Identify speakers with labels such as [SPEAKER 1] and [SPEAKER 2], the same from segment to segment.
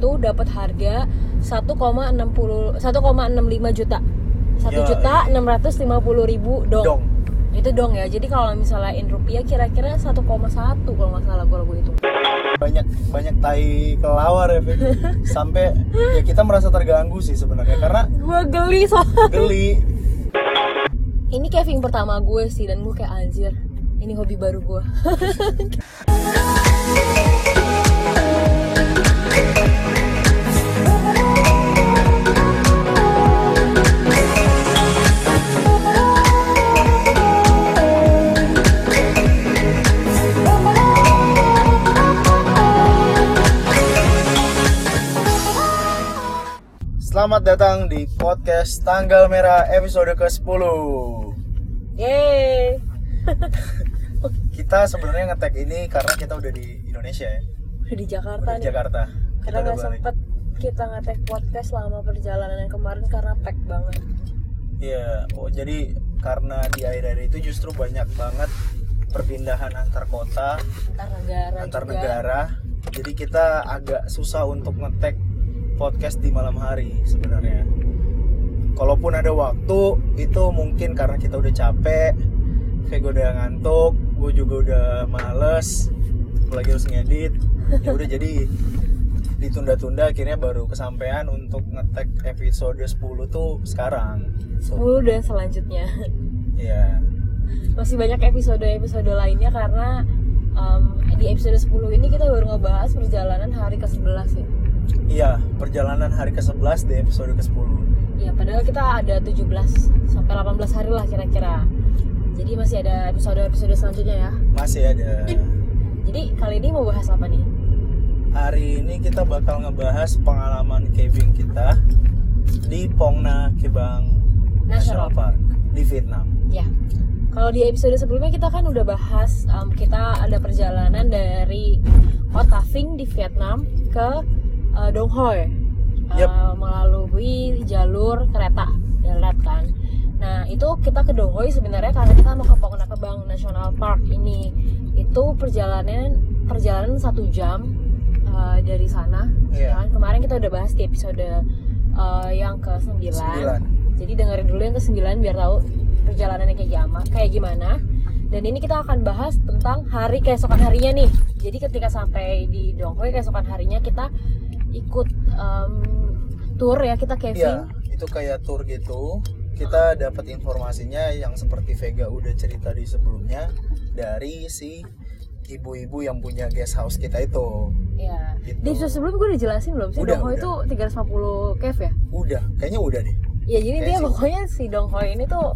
[SPEAKER 1] lu dapat harga 1,60 1,65 juta. 1
[SPEAKER 2] Yoi.
[SPEAKER 1] juta 650 ribu dong.
[SPEAKER 2] dong
[SPEAKER 1] Itu dong ya. Jadi kalau misalnya in rupiah kira-kira 1,1 kalau nggak salah kalau gue hitung.
[SPEAKER 2] banyak banyak tai kelawar ya Fit. sampai ya kita merasa terganggu sih sebenarnya karena
[SPEAKER 1] Gue geli soalnya.
[SPEAKER 2] geli
[SPEAKER 1] Ini caving pertama gue sih dan gue kayak anjir. Ini hobi baru gue.
[SPEAKER 2] selamat datang di podcast tanggal merah episode ke 10
[SPEAKER 1] Yeay.
[SPEAKER 2] kita sebenarnya ngetek ini karena kita udah di Indonesia ya
[SPEAKER 1] Udah di Jakarta
[SPEAKER 2] udah di
[SPEAKER 1] nih.
[SPEAKER 2] Jakarta
[SPEAKER 1] Kita
[SPEAKER 2] udah
[SPEAKER 1] nggak
[SPEAKER 2] balik.
[SPEAKER 1] sempet kita ngetek podcast selama perjalanan yang kemarin karena pack banget.
[SPEAKER 2] Iya, oh, jadi karena di akhir-akhir itu justru banyak banget perpindahan antar kota,
[SPEAKER 1] Antar negara
[SPEAKER 2] antar
[SPEAKER 1] juga.
[SPEAKER 2] negara. Jadi kita agak susah untuk ngetek podcast di malam hari sebenarnya. Kalaupun ada waktu, itu mungkin karena kita udah capek, kayak gue udah ngantuk, gue juga udah males, gue lagi harus ngedit. Ya udah jadi ditunda-tunda akhirnya baru kesampaian untuk ngetek episode 10 tuh sekarang.
[SPEAKER 1] 10 dan selanjutnya
[SPEAKER 2] Iya.
[SPEAKER 1] masih banyak episode-episode lainnya karena em, di episode 10 ini kita baru ngebahas perjalanan hari ke-11 ya.
[SPEAKER 2] Iya, perjalanan hari ke-11 di episode ke-10.
[SPEAKER 1] Ya padahal kita ada 17 sampai 18 hari lah kira-kira. Jadi masih ada episode-episode selanjutnya ya.
[SPEAKER 2] Masih ada.
[SPEAKER 1] Jadi kali ini mau bahas apa nih?
[SPEAKER 2] Hari ini kita bakal ngebahas pengalaman caving kita di Pongna Kebang
[SPEAKER 1] National
[SPEAKER 2] National Park di Vietnam.
[SPEAKER 1] Ya. Kalau di episode sebelumnya kita kan udah bahas em, kita ada perjalanan dari Kota Vinh di Vietnam ke eh, Dong Hoi Eh,
[SPEAKER 2] Yep.
[SPEAKER 1] melalui jalur kereta darat kan. Nah itu kita ke Dong Hoi sebenarnya karena kita mau ke Phong Nha Kebang National Park ini itu perjalanan perjalanan satu jam eh, dari sana.
[SPEAKER 2] Iya.
[SPEAKER 1] ya kan? Kemarin kita udah bahas di episode eh, yang ke 9
[SPEAKER 2] 9.
[SPEAKER 1] jadi dengerin dulu yang ke 9 biar tahu perjalanannya kayak gimana, kayak gimana. Dan ini kita akan bahas tentang hari keesokan harinya nih. Jadi ketika sampai di Dongkoi keesokan harinya kita ikut em, tour ya kita
[SPEAKER 2] Iya,
[SPEAKER 1] caving.
[SPEAKER 2] itu kayak tour gitu. Kita dapat informasinya yang seperti Vega udah cerita di sebelumnya dari si ibu-ibu yang punya guest house kita itu.
[SPEAKER 1] Ya.
[SPEAKER 2] Gitu.
[SPEAKER 1] Di episode sebelum gue udah jelasin belum sih
[SPEAKER 2] Udah,
[SPEAKER 1] Dongkoi itu
[SPEAKER 2] udah.
[SPEAKER 1] 350 cave ya?
[SPEAKER 2] Udah, kayaknya udah deh.
[SPEAKER 1] Ya jadi
[SPEAKER 2] Kayak
[SPEAKER 1] dia
[SPEAKER 2] Iya sih.
[SPEAKER 1] pokoknya si Dongkoi ini tuh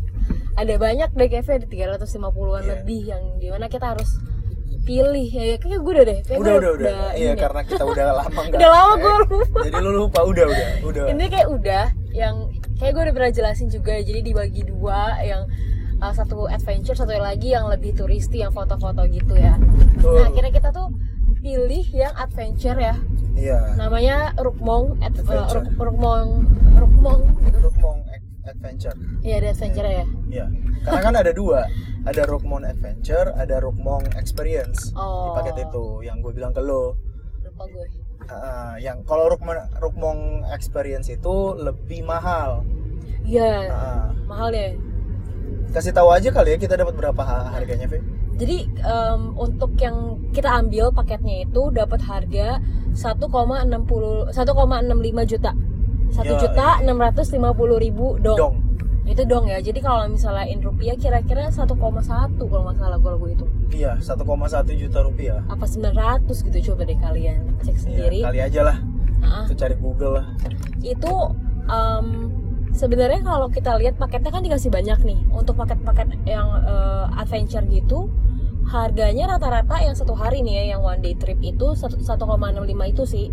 [SPEAKER 1] ada banyak deh cave ada 350-an
[SPEAKER 2] Iya.
[SPEAKER 1] lebih yang dimana kita harus pilih ya kayaknya gue udah deh kayaknya
[SPEAKER 2] Udah,
[SPEAKER 1] gua
[SPEAKER 2] udah, udah.
[SPEAKER 1] ini
[SPEAKER 2] Iya,
[SPEAKER 1] deh.
[SPEAKER 2] karena kita udah lama nggak- eh,
[SPEAKER 1] Udah lama gue lupa
[SPEAKER 2] Jadi lu lupa udah udah udah.
[SPEAKER 1] ini kayak udah yang kayak gue udah pernah jelasin juga jadi dibagi dua yang uh, satu adventure satu lagi yang lebih turisti yang foto-foto gitu ya
[SPEAKER 2] Betul.
[SPEAKER 1] nah akhirnya kita tuh pilih yang adventure ya
[SPEAKER 2] Iya.
[SPEAKER 1] namanya Rukmong ad, uh,
[SPEAKER 2] Adventure.
[SPEAKER 1] Ruk- Rukmong Rukmong
[SPEAKER 2] Rockmon Adventure.
[SPEAKER 1] ya ada adventure ya
[SPEAKER 2] Iya. Karena kan ada dua, ada Rockmon Adventure, ada Rockmon Experience. Di
[SPEAKER 1] Oh.
[SPEAKER 2] paket itu yang gue bilang ke lo.
[SPEAKER 1] lupa gue
[SPEAKER 2] Ah, yang kalau Rockmon Rockmon Experience itu lebih mahal.
[SPEAKER 1] iya
[SPEAKER 2] Ah,
[SPEAKER 1] mahal ya
[SPEAKER 2] kasih tahu aja kali ya kita dapat berapa ha- harganya, Fe?
[SPEAKER 1] Jadi em, untuk yang kita ambil paketnya itu dapat harga 1,60 1,65 juta. 1
[SPEAKER 2] Ya,
[SPEAKER 1] juta 650 ribu dong.
[SPEAKER 2] Dong.
[SPEAKER 1] Itu dong ya. Jadi kalau misalnya in rupiah kira-kira 1,1 kalau nggak salah kalau gue itu.
[SPEAKER 2] Iya, 1,1 juta rupiah.
[SPEAKER 1] Apa 900 gitu coba deh kalian cek
[SPEAKER 2] Iya,
[SPEAKER 1] sendiri.
[SPEAKER 2] kali aja lah.
[SPEAKER 1] Nah,
[SPEAKER 2] Itu cari Google lah.
[SPEAKER 1] itu em, sebenarnya kalau kita lihat paketnya kan dikasih banyak nih untuk paket-paket yang eh, adventure gitu harganya rata-rata yang satu hari nih ya yang one day trip itu satu- 1,65 itu sih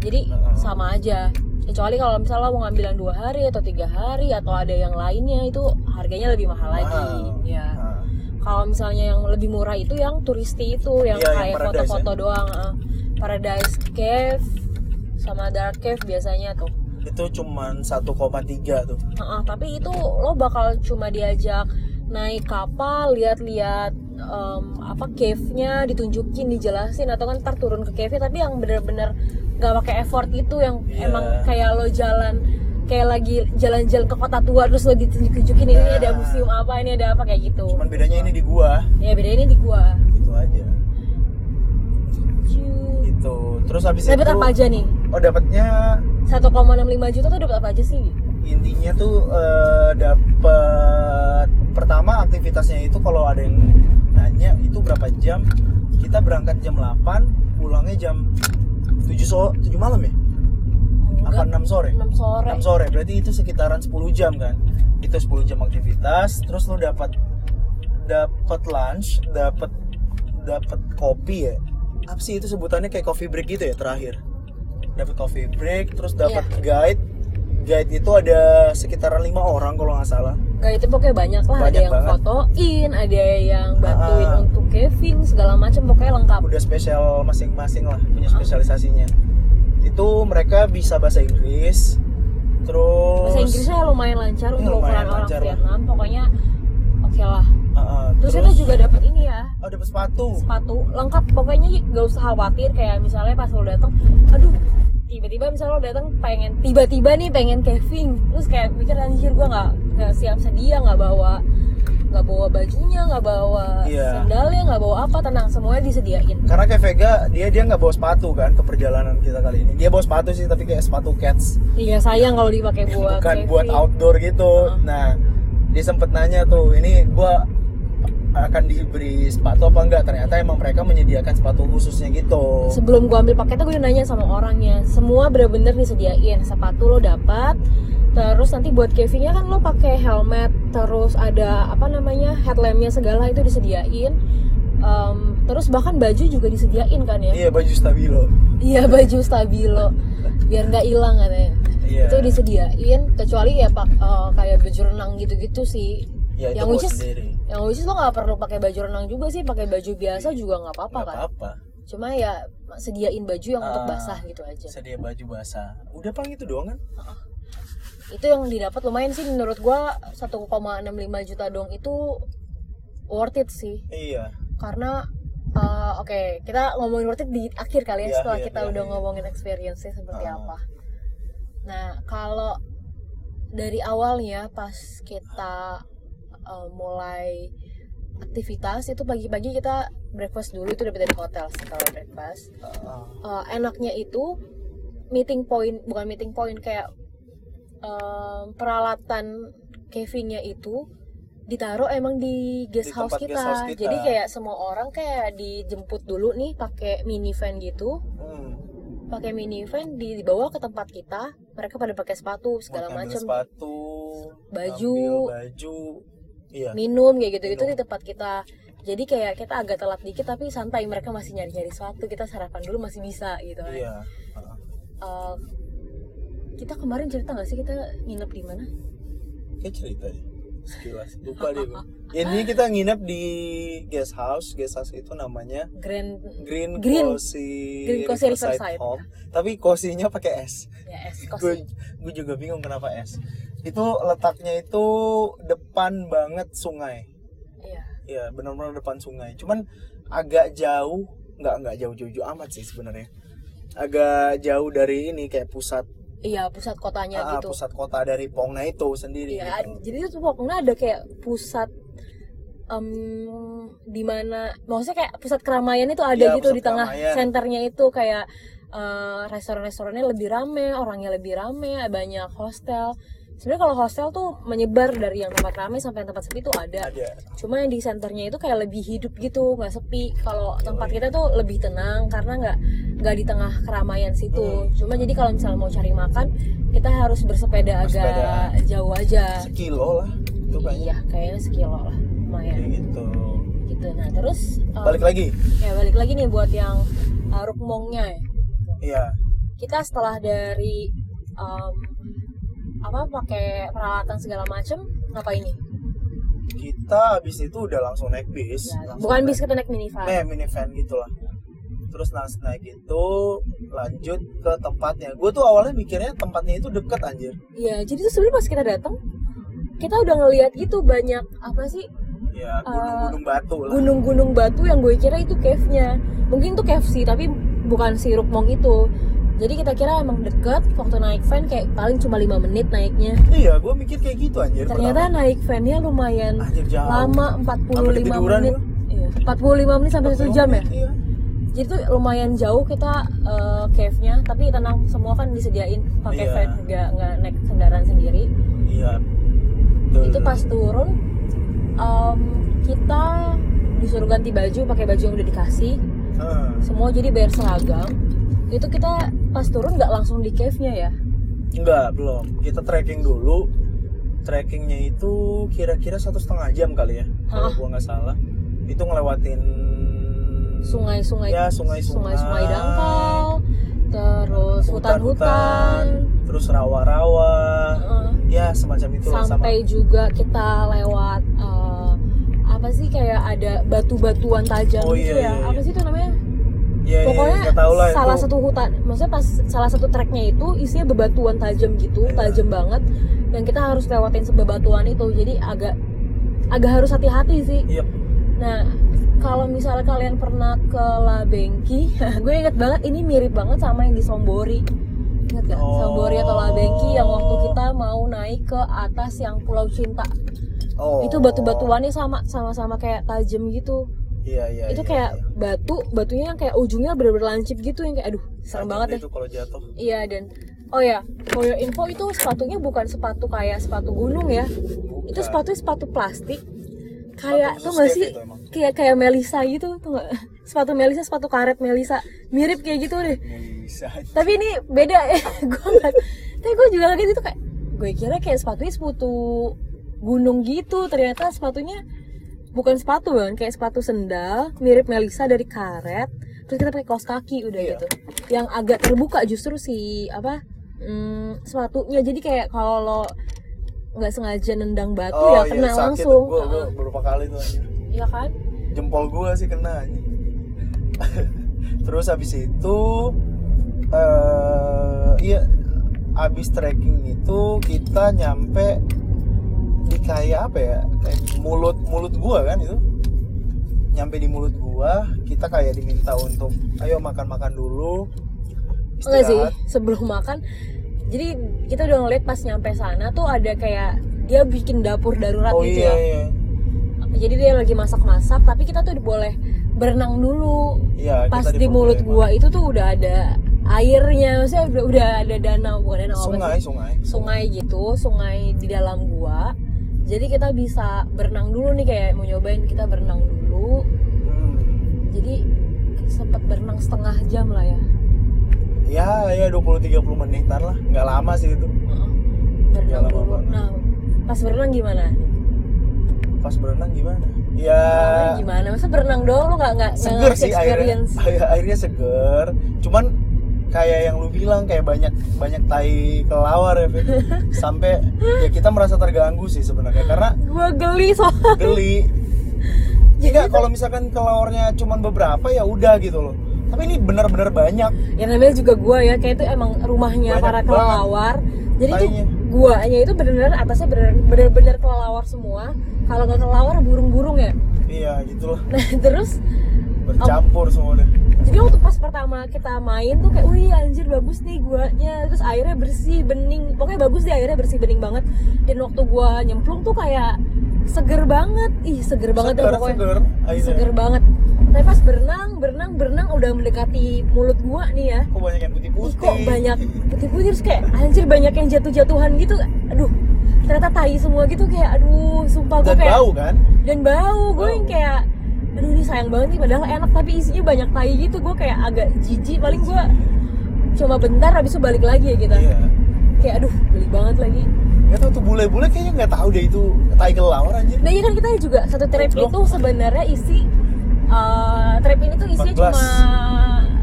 [SPEAKER 1] jadi
[SPEAKER 2] Heeh.
[SPEAKER 1] sama aja kecuali kalau misalnya mau ngambil yang dua hari atau tiga hari atau ada yang lainnya itu harganya lebih mahal lagi
[SPEAKER 2] Mahal.
[SPEAKER 1] ya
[SPEAKER 2] Ah,
[SPEAKER 1] kalau misalnya yang lebih murah itu yang turisti itu yang
[SPEAKER 2] Iya, yang
[SPEAKER 1] kayak
[SPEAKER 2] Paradise
[SPEAKER 1] foto-foto doang ah. Paradise Cave sama Dark Cave biasanya tuh
[SPEAKER 2] itu cuman 1,3 tuh.
[SPEAKER 1] Heeh, tapi itu lo bakal cuma diajak naik kapal, lihat-lihat em, apa cave-nya, ditunjukin, dijelasin atau kan ntar turun ke cave tapi yang bener-bener nggak pakai effort gitu yang
[SPEAKER 2] Iya.
[SPEAKER 1] emang kayak lo jalan kayak lagi jalan-jalan ke kota tua terus lo ditunjuk-tunjukin ini
[SPEAKER 2] Nah.
[SPEAKER 1] ada museum apa ini ada apa kayak gitu
[SPEAKER 2] cuman bedanya ini di gua
[SPEAKER 1] ya bedanya ini di gua
[SPEAKER 2] gitu aja
[SPEAKER 1] Cute.
[SPEAKER 2] gitu terus habis
[SPEAKER 1] dapat
[SPEAKER 2] itu
[SPEAKER 1] apa aja nih
[SPEAKER 2] oh dapatnya
[SPEAKER 1] 1,65 juta tuh dapat apa aja sih
[SPEAKER 2] intinya tuh eh, dapat pertama aktivitasnya itu kalau ada yang nanya itu berapa jam kita berangkat jam 8 pulangnya jam 7 so 7 malam ya apa 6 sore
[SPEAKER 1] 6 sore
[SPEAKER 2] 6 sore berarti itu sekitaran 10 jam kan itu 10 jam aktivitas terus lu dapat dapat lunch dapat dapat kopi ya apa sih itu sebutannya kayak coffee break gitu ya terakhir dapat coffee break terus dapat
[SPEAKER 1] Iya.
[SPEAKER 2] guide guide itu ada sekitaran lima orang kalau nggak salah
[SPEAKER 1] Gak itu pokoknya banyak lah ada
[SPEAKER 2] Banyak
[SPEAKER 1] yang
[SPEAKER 2] banget.
[SPEAKER 1] fotoin ada yang bantuin
[SPEAKER 2] Ah.
[SPEAKER 1] untuk caving segala macam pokoknya lengkap
[SPEAKER 2] udah spesial masing-masing lah punya spesialisasinya itu mereka bisa bahasa Inggris terus
[SPEAKER 1] bahasa Inggrisnya lumayan lancar
[SPEAKER 2] Iya,
[SPEAKER 1] untuk
[SPEAKER 2] lumayan
[SPEAKER 1] ukuran orang
[SPEAKER 2] lancar lah.
[SPEAKER 1] Vietnam pokoknya oke lah
[SPEAKER 2] Ah, ah,
[SPEAKER 1] terus, itu juga dapat ini ya
[SPEAKER 2] oh, dapat sepatu
[SPEAKER 1] sepatu lengkap pokoknya gak usah khawatir kayak misalnya pas lo datang aduh tiba-tiba misalnya lo datang pengen tiba-tiba nih pengen caving terus kayak mikir anjir gue nggak nggak siap sedia nggak bawa nggak bawa bajunya nggak bawa
[SPEAKER 2] Iya.
[SPEAKER 1] sandalnya nggak bawa apa tenang semuanya disediain
[SPEAKER 2] karena kayak Vega dia dia nggak bawa sepatu kan ke perjalanan kita kali ini dia bawa sepatu sih tapi kayak sepatu cats
[SPEAKER 1] iya sayang kalau dipakai buat Uh-huh.
[SPEAKER 2] bukan
[SPEAKER 1] caving.
[SPEAKER 2] buat outdoor gitu
[SPEAKER 1] Heeh.
[SPEAKER 2] nah dia sempet nanya tuh ini gua akan diberi sepatu apa enggak ternyata emang mereka menyediakan sepatu khususnya gitu
[SPEAKER 1] sebelum gua ambil paketnya gue udah nanya sama orangnya semua bener-bener disediain sepatu lo dapat terus nanti buat cavingnya kan lo pakai helmet terus ada apa namanya headlampnya segala itu disediain Em, terus bahkan baju juga disediain kan ya
[SPEAKER 2] iya baju stabilo
[SPEAKER 1] iya baju stabilo biar nggak hilang katanya
[SPEAKER 2] iya
[SPEAKER 1] itu disediain kecuali ya pak eh, kayak baju renang gitu-gitu sih
[SPEAKER 2] Iya, itu
[SPEAKER 1] yang
[SPEAKER 2] bawa
[SPEAKER 1] which is-
[SPEAKER 2] sendiri
[SPEAKER 1] yang which is lo nggak perlu pakai baju renang juga sih pakai baju biasa juga nggak apa-apa
[SPEAKER 2] nggak
[SPEAKER 1] kan
[SPEAKER 2] apa-apa
[SPEAKER 1] cuma ya sediain baju yang untuk
[SPEAKER 2] Ah.
[SPEAKER 1] basah gitu aja
[SPEAKER 2] sedia baju basah udah paling itu doang kan
[SPEAKER 1] itu yang didapat lumayan sih menurut gua 1,65 juta dong itu worth it sih
[SPEAKER 2] iya
[SPEAKER 1] karena uh, oke kita ngomongin worth it di akhir kali ya
[SPEAKER 2] Iya,
[SPEAKER 1] setelah
[SPEAKER 2] iya,
[SPEAKER 1] kita
[SPEAKER 2] iya,
[SPEAKER 1] udah
[SPEAKER 2] iya.
[SPEAKER 1] ngomongin experience-nya seperti
[SPEAKER 2] Ah.
[SPEAKER 1] apa nah kalau dari awal nih ya pas kita uh, mulai aktivitas itu pagi-pagi kita breakfast dulu itu dapat dari hotel sih kalau breakfast
[SPEAKER 2] Ah,
[SPEAKER 1] Uh, enaknya itu meeting point bukan meeting point kayak um, peralatan cavingnya itu ditaruh emang di guest,
[SPEAKER 2] Di
[SPEAKER 1] house,
[SPEAKER 2] tempat
[SPEAKER 1] kita.
[SPEAKER 2] guest house kita.
[SPEAKER 1] jadi kayak semua orang kayak dijemput dulu nih pakai minivan gitu
[SPEAKER 2] hmm.
[SPEAKER 1] pakai minivan di- dibawa ke tempat kita mereka pada pakai sepatu
[SPEAKER 2] Buat
[SPEAKER 1] segala
[SPEAKER 2] ngambil
[SPEAKER 1] macam
[SPEAKER 2] sepatu
[SPEAKER 1] Baju.
[SPEAKER 2] ngambil baju iya
[SPEAKER 1] minum kayak gitu gitu
[SPEAKER 2] Minum.
[SPEAKER 1] di tempat kita jadi kayak kita agak telat dikit tapi santai mereka masih nyari-nyari sepatu kita sarapan dulu masih bisa gitu kan.
[SPEAKER 2] iya Ah,
[SPEAKER 1] Eh, kita kemarin cerita nggak sih kita nginep di mana?
[SPEAKER 2] kayak cerita deh sekilas lupa deh gua. ya, ini kita nginep di guest house guest house itu namanya
[SPEAKER 1] Grand
[SPEAKER 2] Green,
[SPEAKER 1] Green-
[SPEAKER 2] Cozy,
[SPEAKER 1] Green Cozy Riverside.
[SPEAKER 2] Home tapi cozy-nya pakai S
[SPEAKER 1] ya es kosi.
[SPEAKER 2] gue gue juga bingung kenapa S itu letaknya itu depan banget sungai
[SPEAKER 1] Iya.
[SPEAKER 2] ya benar-benar depan sungai cuman agak jauh nggak nggak jauh-jauh amat sih sebenarnya agak jauh dari ini kayak pusat
[SPEAKER 1] Iya, pusat kotanya
[SPEAKER 2] ah,
[SPEAKER 1] gitu.
[SPEAKER 2] pusat kota dari Pongna itu sendiri
[SPEAKER 1] Iya,
[SPEAKER 2] gitu.
[SPEAKER 1] jadi itu pokoknya ada kayak pusat em di mana maksudnya kayak pusat keramaian itu ada
[SPEAKER 2] Iya,
[SPEAKER 1] gitu
[SPEAKER 2] pusat
[SPEAKER 1] di tengah
[SPEAKER 2] keramaian.
[SPEAKER 1] senternya itu kayak eh, restoran-restorannya lebih rame, orangnya lebih rame, banyak hostel. Sebenarnya kalau hostel tuh menyebar dari yang tempat rame sampai yang tempat sepi tuh ada.
[SPEAKER 2] ada
[SPEAKER 1] cuma yang di senternya itu kayak lebih hidup gitu nggak sepi kalau tempat kita tuh lebih tenang karena nggak nggak di tengah keramaian situ
[SPEAKER 2] Hmm.
[SPEAKER 1] cuma jadi kalau misalnya mau cari makan kita harus bersepeda agak
[SPEAKER 2] Bersepeda.
[SPEAKER 1] jauh aja
[SPEAKER 2] sekilo lah itu kayaknya
[SPEAKER 1] iya kayaknya sekilo lah
[SPEAKER 2] Kayak
[SPEAKER 1] lumayan
[SPEAKER 2] gitu
[SPEAKER 1] gitu nah terus um,
[SPEAKER 2] balik lagi
[SPEAKER 1] ya balik lagi nih buat yang uh, rukmongnya ya
[SPEAKER 2] iya
[SPEAKER 1] kita setelah dari um, apa pakai peralatan segala macem ngapain nih
[SPEAKER 2] kita abis itu udah langsung naik bis
[SPEAKER 1] Ya,
[SPEAKER 2] Langsung
[SPEAKER 1] bukan
[SPEAKER 2] naik-
[SPEAKER 1] bis kita naik minivan
[SPEAKER 2] eh minivan gitulah terus nas naik itu lanjut ke tempatnya gue tuh awalnya mikirnya tempatnya itu deket anjir
[SPEAKER 1] Iya, jadi tuh sebenarnya pas kita datang, kita udah ngelihat gitu banyak apa sih Eh,
[SPEAKER 2] ya gunung-gunung batu lah
[SPEAKER 1] gunung-gunung batu yang gue kira itu cave-nya. Mungkin tuh cave sih, tapi bukan si Rukmong itu. Jadi kita kira emang deket, waktu naik van kayak paling cuma 5 menit naiknya.
[SPEAKER 2] iya gue mikir kayak gitu anjir
[SPEAKER 1] Ternyata naik vannya lumayan
[SPEAKER 2] pertama. anjir Ah, jauh
[SPEAKER 1] lama 45
[SPEAKER 2] ketiduran
[SPEAKER 1] menit.
[SPEAKER 2] gua.
[SPEAKER 1] Iya, 45 menit sampai 1 jam ya.
[SPEAKER 2] iya
[SPEAKER 1] Jadi tuh lumayan jauh kita eh, cave-nya, tapi tenang semua kan disediain pakai
[SPEAKER 2] Iya.
[SPEAKER 1] van, nggak nggak naik kendaraan sendiri.
[SPEAKER 2] iya
[SPEAKER 1] itu pas turun em, kita disuruh ganti baju pakai baju yang udah dikasih
[SPEAKER 2] Heeh.
[SPEAKER 1] semua jadi bayar seragam itu kita pas turun nggak langsung di cave nya ya
[SPEAKER 2] enggak belum kita trekking dulu trekkingnya itu kira-kira satu setengah jam kali ya kalau
[SPEAKER 1] Hah?
[SPEAKER 2] gua nggak salah itu ngelewatin
[SPEAKER 1] sungai-sungai
[SPEAKER 2] ya sungai-sungai
[SPEAKER 1] sungai dangkal terus hutan-hutan
[SPEAKER 2] terus rawa-rawa
[SPEAKER 1] eh,
[SPEAKER 2] ya semacam itu lah, sama
[SPEAKER 1] sampai juga kita lewat eh, apa sih kayak ada batu-batuan tajam
[SPEAKER 2] Oh,
[SPEAKER 1] gitu ya
[SPEAKER 2] iya, iya,
[SPEAKER 1] apa
[SPEAKER 2] iya.
[SPEAKER 1] sih itu namanya
[SPEAKER 2] ya,
[SPEAKER 1] pokoknya
[SPEAKER 2] nggak tahu lah
[SPEAKER 1] salah
[SPEAKER 2] itu.
[SPEAKER 1] satu hutan maksudnya pas salah satu treknya itu isinya bebatuan tajam gitu
[SPEAKER 2] Iya.
[SPEAKER 1] tajam banget dan kita harus lewatin sebebatuan itu jadi agak agak harus hati-hati sih
[SPEAKER 2] Yep.
[SPEAKER 1] nah kalau misalnya kalian pernah ke Labengki gue inget banget ini mirip banget sama yang di Sombori inget gak
[SPEAKER 2] Oh.
[SPEAKER 1] Sombori atau Labengki yang waktu kita mau naik ke atas yang Pulau Cinta
[SPEAKER 2] Oh.
[SPEAKER 1] itu batu-batuannya sama sama-sama kayak tajam gitu
[SPEAKER 2] Iya iya.
[SPEAKER 1] itu
[SPEAKER 2] iya,
[SPEAKER 1] kayak
[SPEAKER 2] iya.
[SPEAKER 1] batu batunya yang kayak ujungnya bener-bener lancip gitu yang kayak aduh serem
[SPEAKER 2] Sakit
[SPEAKER 1] banget deh
[SPEAKER 2] Itu kalau jatuh.
[SPEAKER 1] iya dan oh ya for your info itu sepatunya bukan sepatu kayak sepatu gunung ya itu
[SPEAKER 2] Bukan.
[SPEAKER 1] sepatunya sepatu plastik kayak
[SPEAKER 2] Nah. Sepatu
[SPEAKER 1] tuh gak
[SPEAKER 2] khusus
[SPEAKER 1] sih
[SPEAKER 2] Dave itu emang.
[SPEAKER 1] kayak kayak Melisa gitu tuh nggak? sepatu Melisa sepatu karet Melisa mirip kayak gitu deh
[SPEAKER 2] Bisa.
[SPEAKER 1] tapi ini beda ya gue nggak tapi gue juga kaget itu kayak gue kira kayak sepatunya sepatu gunung gitu ternyata sepatunya bukan sepatu kan kayak sepatu sendal mirip Melisa dari karet terus kita pakai kaos kaki udah
[SPEAKER 2] Iya.
[SPEAKER 1] gitu yang agak terbuka justru si apa hmm, sepatunya jadi kayak kalau lo nggak sengaja nendang batu
[SPEAKER 2] Oh,
[SPEAKER 1] ya
[SPEAKER 2] iya,
[SPEAKER 1] kena langsung
[SPEAKER 2] Gue
[SPEAKER 1] Heeh.
[SPEAKER 2] beberapa kali tuh anjir.
[SPEAKER 1] iya kan
[SPEAKER 2] Jempol gue sih kena anjir. Terus habis itu eh iya habis trekking itu kita nyampe di kayak apa ya? Kayak mulut mulut gua kan itu. Nyampe di mulut gua, kita kayak diminta untuk ayo makan-makan dulu.
[SPEAKER 1] Enggak Oh, iya sih,
[SPEAKER 2] istirahat."
[SPEAKER 1] sebelum makan. Jadi kita udah ngeliat pas nyampe sana tuh ada kayak dia bikin dapur darurat
[SPEAKER 2] Oh
[SPEAKER 1] gitu
[SPEAKER 2] iya,
[SPEAKER 1] ya.
[SPEAKER 2] iya.
[SPEAKER 1] Jadi dia lagi masak-masak, tapi kita tuh boleh berenang dulu.
[SPEAKER 2] Iya,
[SPEAKER 1] Pas
[SPEAKER 2] kita
[SPEAKER 1] di mulut
[SPEAKER 2] diperbolehkan.
[SPEAKER 1] gua itu tuh udah ada airnya, maksudnya udah, udah ada danau, bukan danau apa
[SPEAKER 2] sungai,
[SPEAKER 1] sih?
[SPEAKER 2] sungai.
[SPEAKER 1] Sungai gitu, sungai di dalam gua. Jadi kita bisa berenang dulu nih kayak mau nyobain kita berenang dulu.
[SPEAKER 2] Hmm.
[SPEAKER 1] Jadi sempet berenang setengah jam lah ya.
[SPEAKER 2] Ya, ya 20 30 menitan lah. Nggak lama sih itu.
[SPEAKER 1] Heeh.
[SPEAKER 2] Ya,
[SPEAKER 1] berenang
[SPEAKER 2] lama
[SPEAKER 1] dulu.
[SPEAKER 2] banget.
[SPEAKER 1] Nah, pas berenang gimana?
[SPEAKER 2] Pas berenang gimana? Ya
[SPEAKER 1] Berenang gimana? Masa berenang doang lo nggak nggak nggak
[SPEAKER 2] seger
[SPEAKER 1] ngasih
[SPEAKER 2] sih airnya.
[SPEAKER 1] experience?
[SPEAKER 2] Air- Airnya seger. Cuman kayak yang lu bilang kayak banyak banyak tai kelawar ya Fit. sampai ya kita merasa terganggu sih sebenarnya karena
[SPEAKER 1] Gua geli soal.
[SPEAKER 2] geli Enggak, kalau misalkan kelawarnya cuman beberapa ya udah gitu loh tapi ini benar-benar banyak
[SPEAKER 1] Ya namanya juga gua ya, kayak itu emang rumahnya
[SPEAKER 2] Banyak
[SPEAKER 1] para
[SPEAKER 2] banget.
[SPEAKER 1] kelelawar. Jadi tuh
[SPEAKER 2] Tainya.
[SPEAKER 1] guanya itu bener-bener atasnya bener- bener-bener kelelawar semua. Kalau nggak kelelawar burung-burung ya.
[SPEAKER 2] iya gitulah
[SPEAKER 1] Nah terus
[SPEAKER 2] bercampur semuanya
[SPEAKER 1] jadi waktu pas pertama kita main tuh kayak wih anjir bagus nih guanya terus airnya bersih bening pokoknya bagus deh airnya bersih bening banget dan waktu gua nyemplung tuh kayak seger banget ih seger banget deh
[SPEAKER 2] seger,
[SPEAKER 1] pokoknya
[SPEAKER 2] seger, airnya.
[SPEAKER 1] seger banget tapi pas berenang berenang berenang udah mendekati mulut gua nih ya
[SPEAKER 2] kok banyak yang
[SPEAKER 1] ih
[SPEAKER 2] putih-putih
[SPEAKER 1] kok banyak putih-putih terus kayak anjir banyak yang jatuh-jatuhan gitu aduh ternyata tai semua gitu kayak aduh sumpah gua
[SPEAKER 2] dan
[SPEAKER 1] kayak
[SPEAKER 2] bau kan
[SPEAKER 1] dan bau gue
[SPEAKER 2] Bau.
[SPEAKER 1] yang kayak aduh ini sayang banget nih padahal enak tapi isinya banyak tai gitu gue kayak agak jijik paling gue cuma bentar habis itu balik lagi ya kita
[SPEAKER 2] iya
[SPEAKER 1] kayak aduh beli banget lagi
[SPEAKER 2] nggak tahu tuh bule-bule kayaknya nggak tahu deh itu tai kelelawar aja
[SPEAKER 1] nah iya kan kita juga satu trip
[SPEAKER 2] Goblok.
[SPEAKER 1] itu sebenarnya isi eh, trip ini tuh isinya
[SPEAKER 2] 14.
[SPEAKER 1] cuma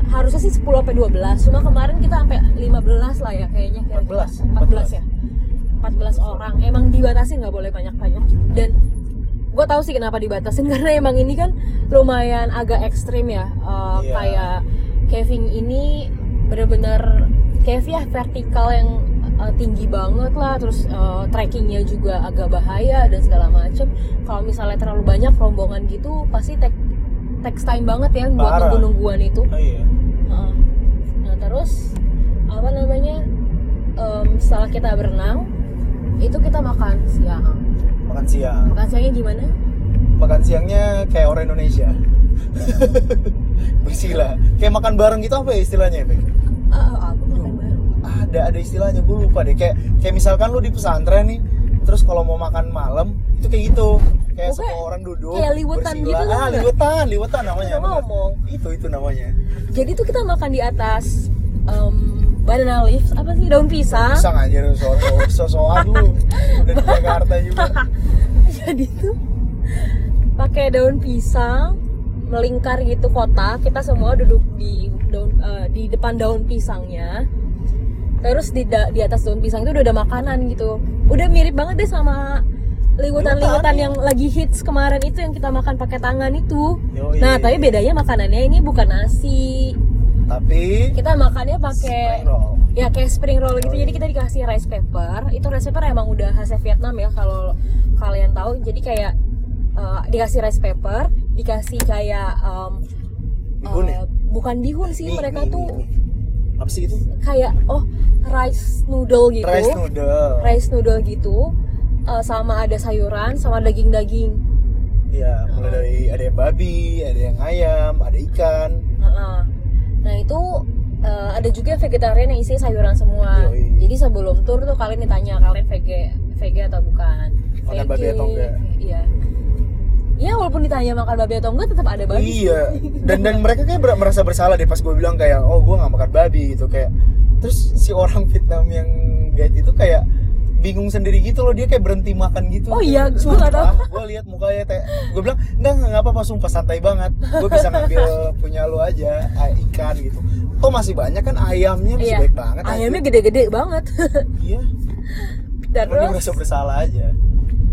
[SPEAKER 1] harusnya sih 10 sampai 12 cuma kemarin kita sampai 15 lah ya kayaknya kira-kira. 14
[SPEAKER 2] 14.
[SPEAKER 1] ya 14 orang emang dibatasin nggak boleh banyak-banyak dan gue tahu sih kenapa dibatasin karena emang ini kan lumayan agak ekstrim ya Eh,
[SPEAKER 2] Iya.
[SPEAKER 1] kayak caving ini bener-bener cave ya vertikal yang eh, tinggi banget lah terus eh, trekkingnya juga agak bahaya dan segala macem kalau misalnya terlalu banyak rombongan gitu pasti tek text time banget ya buat
[SPEAKER 2] Parah.
[SPEAKER 1] nunggu-nungguan itu
[SPEAKER 2] oh, iya
[SPEAKER 1] Heeh. Nah terus apa namanya em, setelah kita berenang itu kita makan siang
[SPEAKER 2] makan siang
[SPEAKER 1] makan siangnya gimana
[SPEAKER 2] makan siangnya kayak orang Indonesia bersila kayak makan bareng gitu apa ya istilahnya Be?
[SPEAKER 1] Ah, ah, aku makan bareng
[SPEAKER 2] ada ada istilahnya gue lupa deh kayak kayak misalkan lu di pesantren nih terus kalau mau makan malam itu kayak gitu kayak
[SPEAKER 1] Oke.
[SPEAKER 2] semua orang duduk
[SPEAKER 1] Kayak liwetan
[SPEAKER 2] bersila.
[SPEAKER 1] gitu kan?
[SPEAKER 2] ah liwetan liwetan namanya
[SPEAKER 1] Udah ngomong.
[SPEAKER 2] bener. itu itu namanya
[SPEAKER 1] jadi tuh kita makan di atas em, banana leaves apa sih daun pisang
[SPEAKER 2] pisang aja lu soal sosokan lu udah di Jakarta juga
[SPEAKER 1] jadi tuh pakai daun pisang melingkar gitu kotak kita semua duduk di daun eh, di depan daun pisangnya terus di da- di atas daun pisang itu udah ada makanan gitu udah mirip banget deh sama liwetan-liwetan yang lagi hits kemarin itu yang kita makan pakai tangan itu
[SPEAKER 2] Yoi.
[SPEAKER 1] nah tapi bedanya makanannya ini bukan nasi
[SPEAKER 2] tapi
[SPEAKER 1] kita makannya pakai
[SPEAKER 2] spring roll.
[SPEAKER 1] ya kayak spring roll gitu jadi kita dikasih rice paper itu rice paper emang udah khasnya Vietnam ya kalau kalian tahu jadi kayak eh, dikasih rice paper dikasih kayak em,
[SPEAKER 2] Bihun
[SPEAKER 1] eh,
[SPEAKER 2] ya?
[SPEAKER 1] bukan bihun sih
[SPEAKER 2] Mie,
[SPEAKER 1] Iya, mereka
[SPEAKER 2] mie,
[SPEAKER 1] tuh
[SPEAKER 2] mie, mie. apa sih itu
[SPEAKER 1] kayak oh rice noodle gitu
[SPEAKER 2] rice noodle
[SPEAKER 1] Rice noodle gitu eh, sama ada sayuran sama daging-daging
[SPEAKER 2] ya mulai dari ada yang babi ada yang ayam ada ikan
[SPEAKER 1] Heeh. Nah itu eh, ada juga vegetarian yang isi sayuran semua.
[SPEAKER 2] Yoi.
[SPEAKER 1] Jadi sebelum tur tuh kalian ditanya kalian VG VG atau bukan?
[SPEAKER 2] Makan
[SPEAKER 1] VG,
[SPEAKER 2] babi atau enggak?
[SPEAKER 1] Iya. Iya walaupun ditanya makan babi atau enggak tetap ada babi.
[SPEAKER 2] Iya. Dan dan mereka kayak ber- merasa bersalah deh pas gue bilang kayak oh gue nggak makan babi gitu kayak. Terus si orang Vietnam yang guide itu kayak bingung sendiri gitu loh dia kayak berhenti makan gitu.
[SPEAKER 1] Oh iya, gua nggak tahu.
[SPEAKER 2] Gue lihat mukanya kayak gue bilang enggak enggak enggak apa-apa sumpah santai banget. Gue bisa ngambil punya lo aja ah, ikan gitu. Toh masih banyak kan ayamnya masih
[SPEAKER 1] Iya.
[SPEAKER 2] baik banget.
[SPEAKER 1] Ayamnya gede-gede banget.
[SPEAKER 2] anjing. Iya.
[SPEAKER 1] Dan
[SPEAKER 2] Cuma dia
[SPEAKER 1] terus,
[SPEAKER 2] merasa bersalah aja.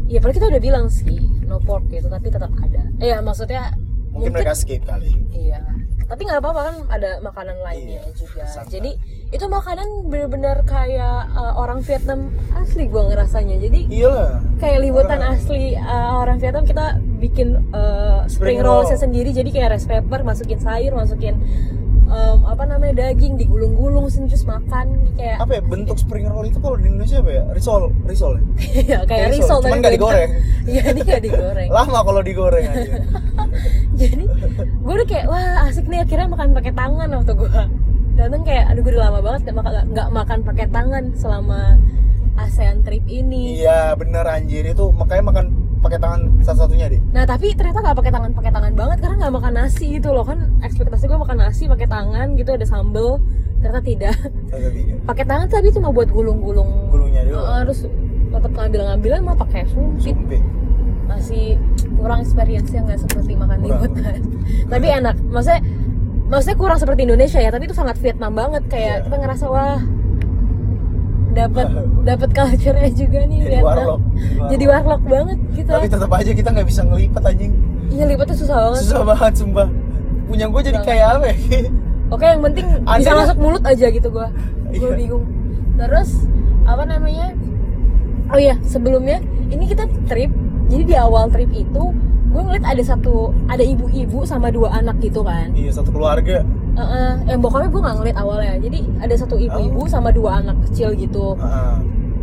[SPEAKER 1] ya padahal kita udah bilang sih no pork gitu, tapi tetap ada. Iya maksudnya
[SPEAKER 2] Mungkin, mereka skip kali.
[SPEAKER 1] Iya. Tapi nggak apa-apa kan ada makanan lainnya
[SPEAKER 2] Iya,
[SPEAKER 1] juga.
[SPEAKER 2] santai.
[SPEAKER 1] Jadi itu makanan bener-bener kayak uh, orang Vietnam asli gua ngerasanya. Jadi
[SPEAKER 2] Iya lah.
[SPEAKER 1] kayak liwetan
[SPEAKER 2] Orang-
[SPEAKER 1] asli uh, orang Vietnam kita bikin uh, spring
[SPEAKER 2] Spring roll.
[SPEAKER 1] roll sendiri. Jadi kayak rice paper masukin sayur, masukin um, apa namanya daging digulung-gulung sendiri terus makan kayak
[SPEAKER 2] Apa ya bentuk spring roll itu kalau di Indonesia apa ya? Risol, risol ya?
[SPEAKER 1] Iya, kayak
[SPEAKER 2] Kayak risol,
[SPEAKER 1] risol
[SPEAKER 2] cuman
[SPEAKER 1] tapi
[SPEAKER 2] nggak
[SPEAKER 1] banyak.
[SPEAKER 2] digoreng.
[SPEAKER 1] Iya, ini nggak digoreng.
[SPEAKER 2] lama kalau digoreng aja
[SPEAKER 1] Iya. jadi gue udah kayak wah asik nih akhirnya makan pakai tangan waktu gue datang kayak aduh gue udah lama banget gak makan nggak makan pakai tangan selama ASEAN trip ini
[SPEAKER 2] iya bener anjir itu makanya makan pakai tangan satu-satunya deh
[SPEAKER 1] nah tapi ternyata nggak pakai tangan pakai tangan banget karena nggak makan nasi itu loh kan ekspektasi gue makan nasi pakai tangan gitu ada sambel ternyata tidak
[SPEAKER 2] satu tiga
[SPEAKER 1] pakai tangan tapi cuma buat gulung-gulung
[SPEAKER 2] Gulungnya doang.
[SPEAKER 1] Heeh, terus tetap ngambil-ngambilan mah pakai sumpit
[SPEAKER 2] sumpit
[SPEAKER 1] masih kurang experience yang nggak seperti makan
[SPEAKER 2] Kurang.
[SPEAKER 1] liwet kan tapi enak maksudnya maksudnya kurang seperti Indonesia ya tapi itu sangat Vietnam banget kayak
[SPEAKER 2] Iya.
[SPEAKER 1] kita ngerasa wah dapat
[SPEAKER 2] Wah.
[SPEAKER 1] dapat culture-nya juga nih
[SPEAKER 2] Jadi warlock,
[SPEAKER 1] Vietnam
[SPEAKER 2] jadi
[SPEAKER 1] Iya, jadi warlock banget gitu
[SPEAKER 2] tapi tetap aja kita nggak bisa ngelipat anjing
[SPEAKER 1] iya liwet tuh susah banget
[SPEAKER 2] susah banget sumpah punya gue jadi
[SPEAKER 1] Susah.
[SPEAKER 2] kayak apa ya?
[SPEAKER 1] oke yang penting bisa
[SPEAKER 2] Ada-
[SPEAKER 1] masuk mulut aja gitu gua gua
[SPEAKER 2] Iya.
[SPEAKER 1] bingung terus apa namanya oh iya sebelumnya ini kita trip jadi di awal trip itu gue ngeliat ada satu ada ibu-ibu sama dua anak gitu kan
[SPEAKER 2] iya satu keluarga
[SPEAKER 1] Heeh, eh bokapnya gue nggak ngeliat awalnya. Jadi ada satu ibu-ibu sama dua anak kecil gitu.
[SPEAKER 2] Heeh.